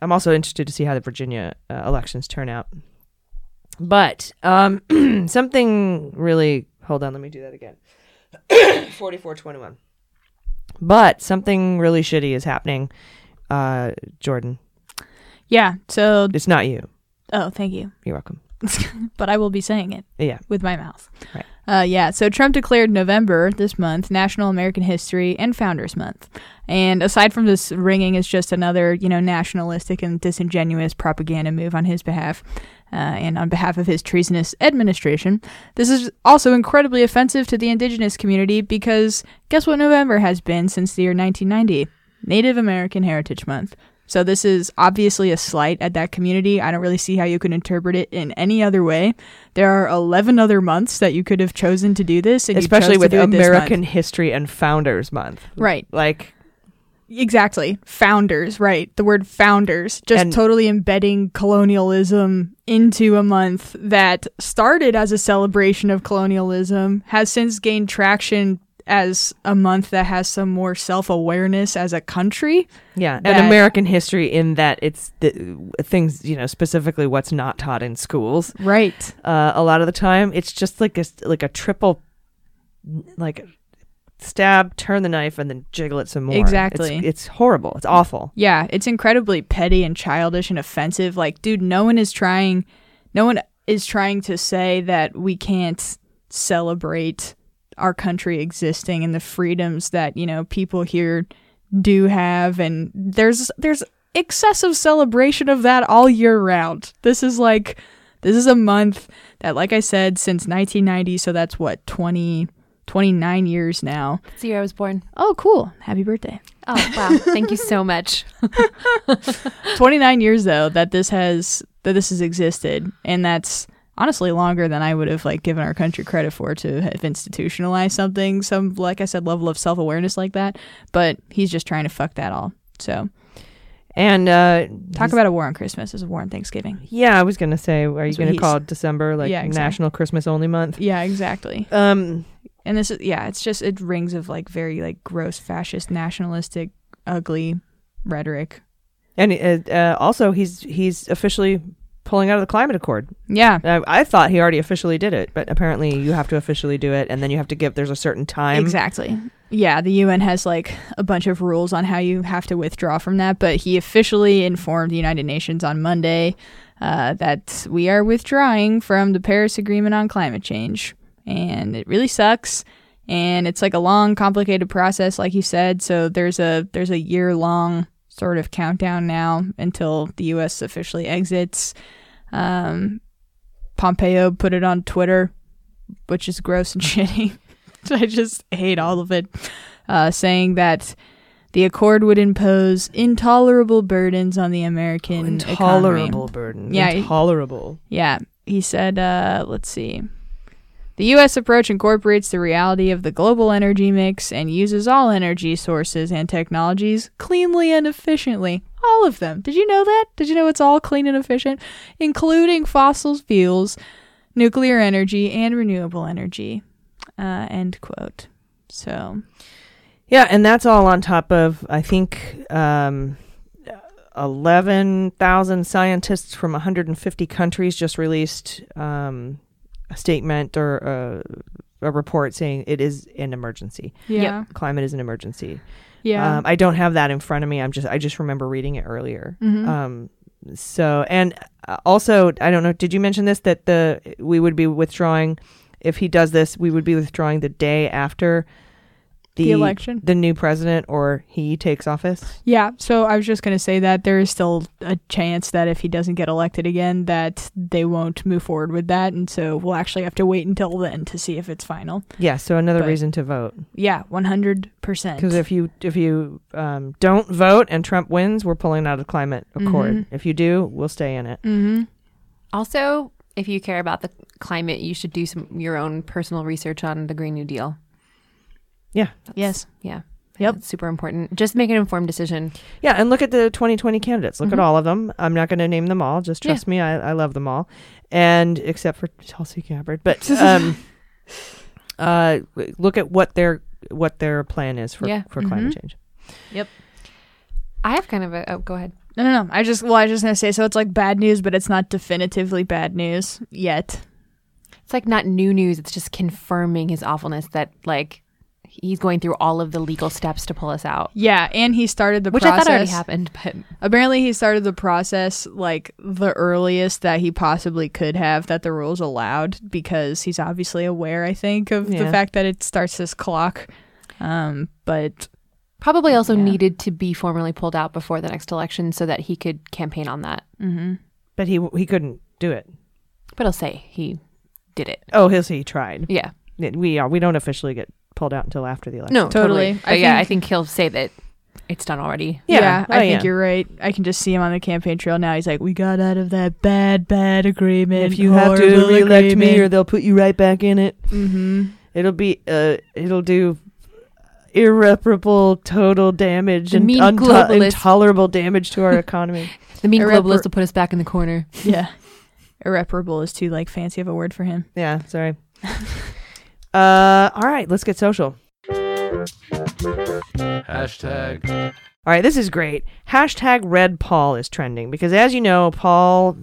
I'm also interested to see how the Virginia uh, elections turn out. But um, something really. Hold on, let me do that again. Forty-four twenty-one. But something really shitty is happening, uh, Jordan.
Yeah. So,
It's not you.
oh, thank you.
You're welcome.
But I will be saying it
Yeah.
with my mouth.
Right.
Uh, yeah. So Trump declared November this month National American History and Founders Month. And aside from this ringing is just another, you know, nationalistic and disingenuous propaganda move on his behalf uh, and on behalf of his treasonous administration. This is also incredibly offensive to the indigenous community because guess what November has been since the year 1990? Native American Heritage Month. So this is obviously a slight at that community. I don't really see how you could interpret it in any other way. There are 11 other months that you could have chosen to do this, and you
Especially
chose to
with
do it this
American
month.
History and Founders Month.
right?
Like,
Exactly. Founders, right. The word founders, just
And-
totally embedding colonialism into a month that started as a celebration of colonialism, has since gained traction as a month that has some more self awareness as a country.
yeah. And
That-
American history in that it's the, things, you know, specifically what's not taught in schools.
Right.
Uh, a lot of the time, it's just like a, s- like a triple, like, stab, turn the knife, and then jiggle it some more. It's-
Exactly.
it's horrible. It's awful.
Yeah, it's incredibly petty and childish and offensive. Like, dude, no one is trying no one is trying to say that we can't celebrate our country existing and the freedoms that, you know, people here do have and there's there's excessive celebration of that all year round. This is like this is a month that like I said since 1990, so that's what 20 29 years now.
That's the year I was born.
Oh, cool. Happy birthday.
Oh wow! Thank you so much.
29 years though that this has that this has existed and that's honestly longer than i would have like given our country credit for to have institutionalized something some like i said level of self-awareness like that but he's just trying to fuck that all so
And uh,
talk about a war on christmas is a war on thanksgiving
Yeah, I was gonna say, are you
That's what
gonna
he's-
call December like
Yeah, exactly.
National Christmas Only Month?
yeah exactly
Um,
and this is yeah it's just it rings of like very like gross fascist nationalistic ugly rhetoric
and uh, uh, also he's he's officially pulling out of the climate accord.
yeah
I, I thought he already officially did it, but apparently you have to officially do it, and then you have to give. There's a certain time.
Exactly. Yeah, the UN has like a bunch of rules on how you have to withdraw from that, but he officially informed the United Nations on Monday uh, that we are withdrawing from the Paris Agreement on climate change. And it really sucks. And it's like a long, complicated process, like you said. So there's a there's a year long sort of countdown now until the U.S. officially exits. Um, Pompeo put it on Twitter, which is gross and shitty. I just hate all of it. Uh, saying that the accord would impose intolerable burdens on the American
Intolerable
economy.
burden.
Yeah,
intolerable.
Yeah. He said, uh, let's see. The U.S. approach incorporates the reality of the global energy mix and uses all energy sources and technologies cleanly and efficiently. All of them. Did you know that? Did you know it's all clean and efficient? Including fossil fuels, nuclear energy, and renewable energy. Uh, end quote. So,
Yeah, and that's all on top of I think um, eleven thousand scientists from 150 countries just released um, a statement or a, a report saying it is an emergency.
yeah.
Climate is an emergency.
Yeah.
Um, I don't have that in front of me. I'm just I just remember reading it earlier.
Mm-hmm.
Um, so and uh, also I don't know. Did you mention this that the we would be withdrawing if he does this? We would be withdrawing the day after the,
The election?
the new president or he takes office.
Yeah, so I was just going to say that there is still a chance that if he doesn't get elected again, that they won't move forward with that, and so we'll actually have to wait until then to see if it's final.
Yeah, so another
But-
reason to vote
Yeah, one hundred percent.
because if you if you um, don't vote and Trump wins, we're pulling out of climate accord.
Mhm.
If you do, we'll stay in it.
hmm
Also, if you care about the climate, you should do some your own personal research on the Green New Deal.
Yeah,
Yes.
Yeah.
Yep.
It's super important. Just make an informed decision.
Yeah, and look at the 2020 candidates. Look at all of them. I'm not going to name them all. Just
Yeah.
trust me, I, I love them all, and except for Tulsi Gabbard. But um, uh, w- look at what their what their plan is for
Yeah.
for climate change.
I have kind of a oh, go ahead.
No, no, no. I just well, I was just going to say so it's like bad news, but it's not definitively bad news yet.
It's like not new news. It's just confirming his awfulness that like he's going through all of the legal steps to pull us out,
Yeah, and he started the
which I
process.
thought already happened. But
Apparently, he started the process like the earliest that he possibly could have that the rules allowed because he's obviously aware, I think, of
Yeah.
the fact that it starts this clock. Um, but
probably also
Yeah.
needed to be formally pulled out before the next election so that he could campaign on that.
But he he couldn't do it.
But I'll say he did it.
Oh, he'll say he tried.
Yeah.
Yeah, We uh, we don't officially get pulled out until after the election.
No,
Totally.
totally.
I
But yeah,
think-
I think he'll say that it's done already.
Yeah.
yeah,
Oh,
I think
yeah.
you're right. I can just see him on the campaign trail now. He's like, "We got out of that bad, bad agreement.
If you have to
horrible
reelect me, or
agreement."
they'll put you right back in it.
Mhm.
It'll be uh, it'll do irreparable total damage
The
and
mean
unto-
globalists.
intolerable damage to our economy.
The mean
Irrepar-
globalists will put us back in the corner.
yeah, irreparable is too like fancy of a word for him.
yeah, sorry. uh, all right, let's get social.
Hashtag.
All right, this is great. Hashtag Red Paul is trending because, as you know, Paul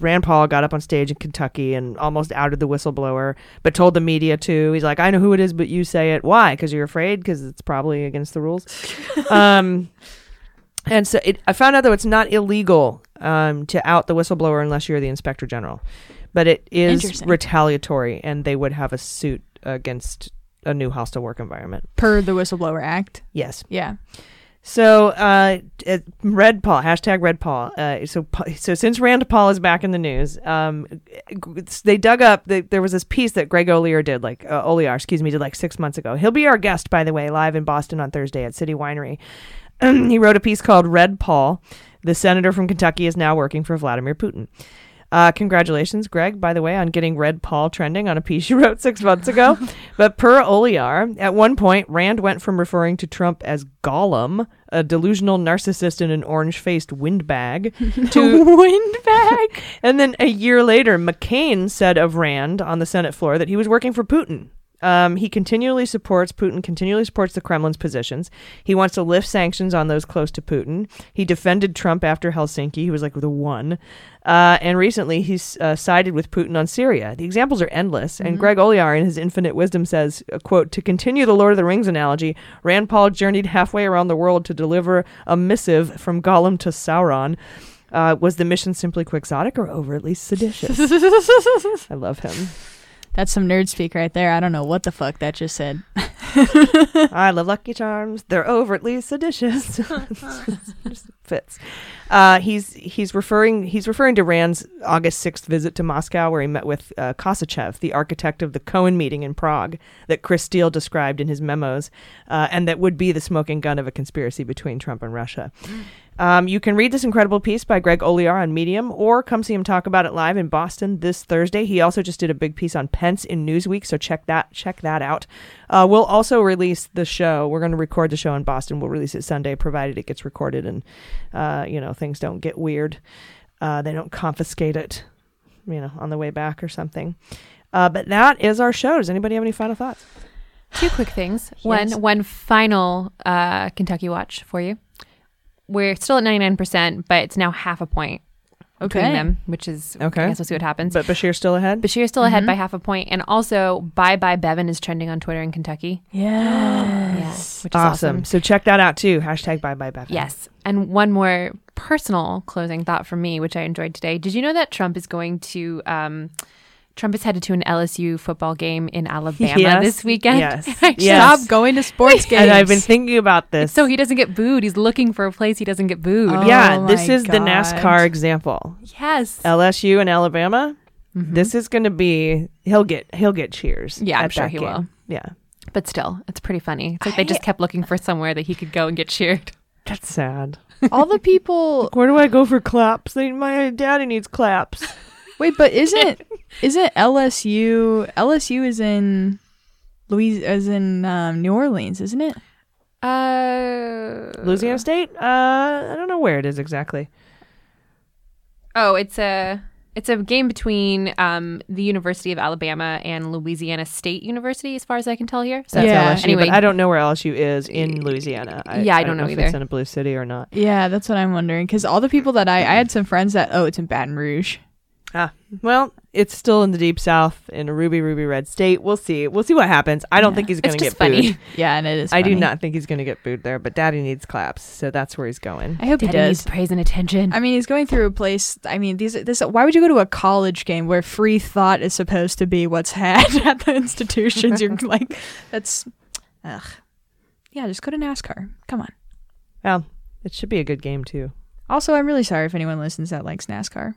Rand Paul got up on stage in Kentucky and almost outed the whistleblower, but told the media too. He's like, "I know who it is, but you say it. Why? Because you're afraid? Because it's probably against the rules." um, and so it, I found out though it's not illegal um, to out the whistleblower unless you're the inspector general, but it is
Interesting.
retaliatory, and they would have a suit against a new hostile work environment.
Per the whistleblower act.
Yes.
Yeah.
So, uh, uh, Red Paul hashtag Red Paul. Uh, so, Pa- so since Rand Paul is back in the news, um, it's- they dug up. They, there was this piece that Greg Olier did, like uh, Oliar, excuse me, did like six months ago. He'll be our guest, by the way, live in Boston on Thursday at City Winery. he wrote a piece called "Red Paul." The senator from Kentucky is now working for Vladimir Putin. Uh, congratulations, Greg, by the way, on getting Red Paul trending on a piece you wrote six months ago. but per Oliar, at one point, Rand went from referring to Trump as Gollum, a delusional narcissist in an orange faced windbag, to windbag. and then a year later, McCain said of Rand on the Senate floor that he was working for Putin. Um, he continually supports Putin. Continually supports the Kremlin's positions. He wants to lift sanctions on those close to Putin. He defended Trump after Helsinki. He was like the one. Uh, and recently, he's uh, sided with Putin on Syria. The examples are endless. And Greg Oliar, in his infinite wisdom, says, uh, "quote To continue the Lord of the Rings analogy, Rand Paul journeyed halfway around the world to deliver a missive from Gollum to Sauron." Uh, was the mission simply quixotic or overtly seditious? I love him.
That's some nerd speak right there. I don't know what the fuck that just said.
I love Lucky Charms. They're overtly seditious. Just fits. Uh, he's he's referring he's referring to Rand's August sixth visit to Moscow, where he met with uh, Kosachev, the architect of the Cohen meeting in Prague that Chris Steele described in his memos, uh, and that would be the smoking gun of a conspiracy between Trump and Russia. Um, you can read this incredible piece by Greg Oliar on Medium or come see him talk about it live in Boston this Thursday. He also just did a big piece on Pence in Newsweek, so check that check that out. Uh, we'll also release the show. We're going to record the show in Boston. We'll release it Sunday, provided it gets recorded and uh, you know things don't get weird. Uh, they don't confiscate it, you know, on the way back or something. Uh, but that is our show. Does anybody have any final thoughts?
Two quick things.
Yes.
One one final uh, Kentucky watch for you. We're still at ninety nine percent, but it's now half a point between them, which is
Okay.
I guess we'll see what happens.
But Mm-hmm. Bashir's still ahead.
Bashir's still ahead by half a point, and also Bye Bye Bevin is trending on Twitter in Kentucky.
Yeah.
Yes, which is
Awesome. So check that out too. Hashtag bye bye bye.
Yes. And one more personal closing thought from me, which I enjoyed today. Did you know that Trump is going to um, Trump is headed to an LSU football game in Alabama
Yes.
this weekend.
Yes.
And I
Yes.
just-
Stop going to sports games.
And I've been thinking about this.
So he doesn't get booed. He's looking for a place he doesn't get booed.
Oh.
yeah,
my
this is the
God.
NASCAR example.
Yes.
LSU and Alabama. This is going to be he'll get he'll get cheers.
Mm-hmm. Yeah, I'm
at
sure
that
he
game.
will.
Yeah,
But still, it's pretty funny. It's like they just kept looking for somewhere that he could go and get cheered.
that's sad.
all the people.
Where do I go for claps? They- My daddy needs claps.
Wait, but isn't isn't LSU LSU is in Louis is in um, New Orleans, isn't it?
Uh
Louisiana State. Uh, I don't know where it is exactly.
Oh, it's a it's a game between um, the University of Alabama and Louisiana State University, as far as I can tell here. So
That's
Yeah.
LSU,
Anyway.
but I don't know where LSU is in Louisiana.
Yeah, I don't know
if it's
either.
in a blue city or not.
Yeah, that's what I'm wondering. Because all the people that I I had some friends that oh, it's in Baton Rouge.
Ah, well, it's still in the deep south in a ruby, ruby red state. We'll see. We'll see what happens. I don't think he's
it's
going to
just
get
funny.
booed.
Yeah, and it is.
I do
funny.
not think he's going to get booed there, but daddy needs claps, so that's where he's going.
I hope he
Daddy needs
does.
praise and attention.
I mean, he's going through a place. I mean, these. This. Why would you go to a college game where free thought is supposed to be what's had at the institutions? You're like, that's, ugh. Yeah, just go to NASCAR. Come on.
Well, it should be a good game too.
Also, I'm really sorry if anyone listens that likes NASCAR.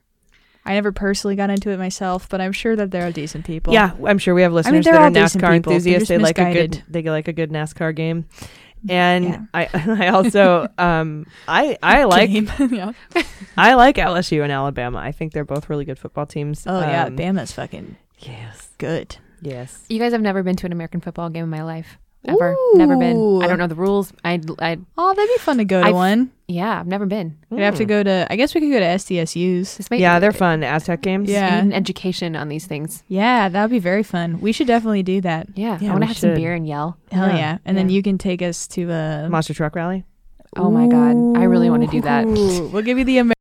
I never personally got into it myself, but I'm sure that there are decent people.
Yeah, I'm sure we have listeners
they're
that
all
are
decent
NASCAR
people. They're
enthusiasts.
just
They like a good
misguided. Mm,
they like a good NASCAR game. And
Yeah.
I I also um I I like
Game. yeah.
I like LSU and Alabama. I think they're both really good football teams.
Oh yeah,
Um,
Bama's fucking
yes.
good.
Yes.
you guys have never been to an American football game in my life. Ever. Never been. I
Ooh.
don't know the rules. I I
Oh, that'd be fun to go to
I've-
one.
yeah, I've never been.
We'd have to go to. I guess we could go to SDSU's.
This might
Yeah,
be-
they're fun. The Aztec games.
Yeah.
I need an education on these things.
Yeah, that would be very fun. We should definitely do that.
Yeah,
Yeah,
I want
we
to have
should.
some beer and yell.
Hell yeah.
Yeah,
And then
yeah.
you can take us to uh, a.
Monster Truck Rally.
Oh my god, I really want to do that.
We'll give you the Amer-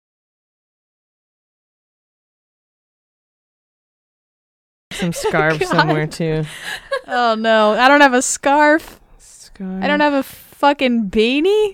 some scarves somewhere too.
Oh no, I don't have a scarf.
Scarf.
Mm. I don't have a fucking beanie.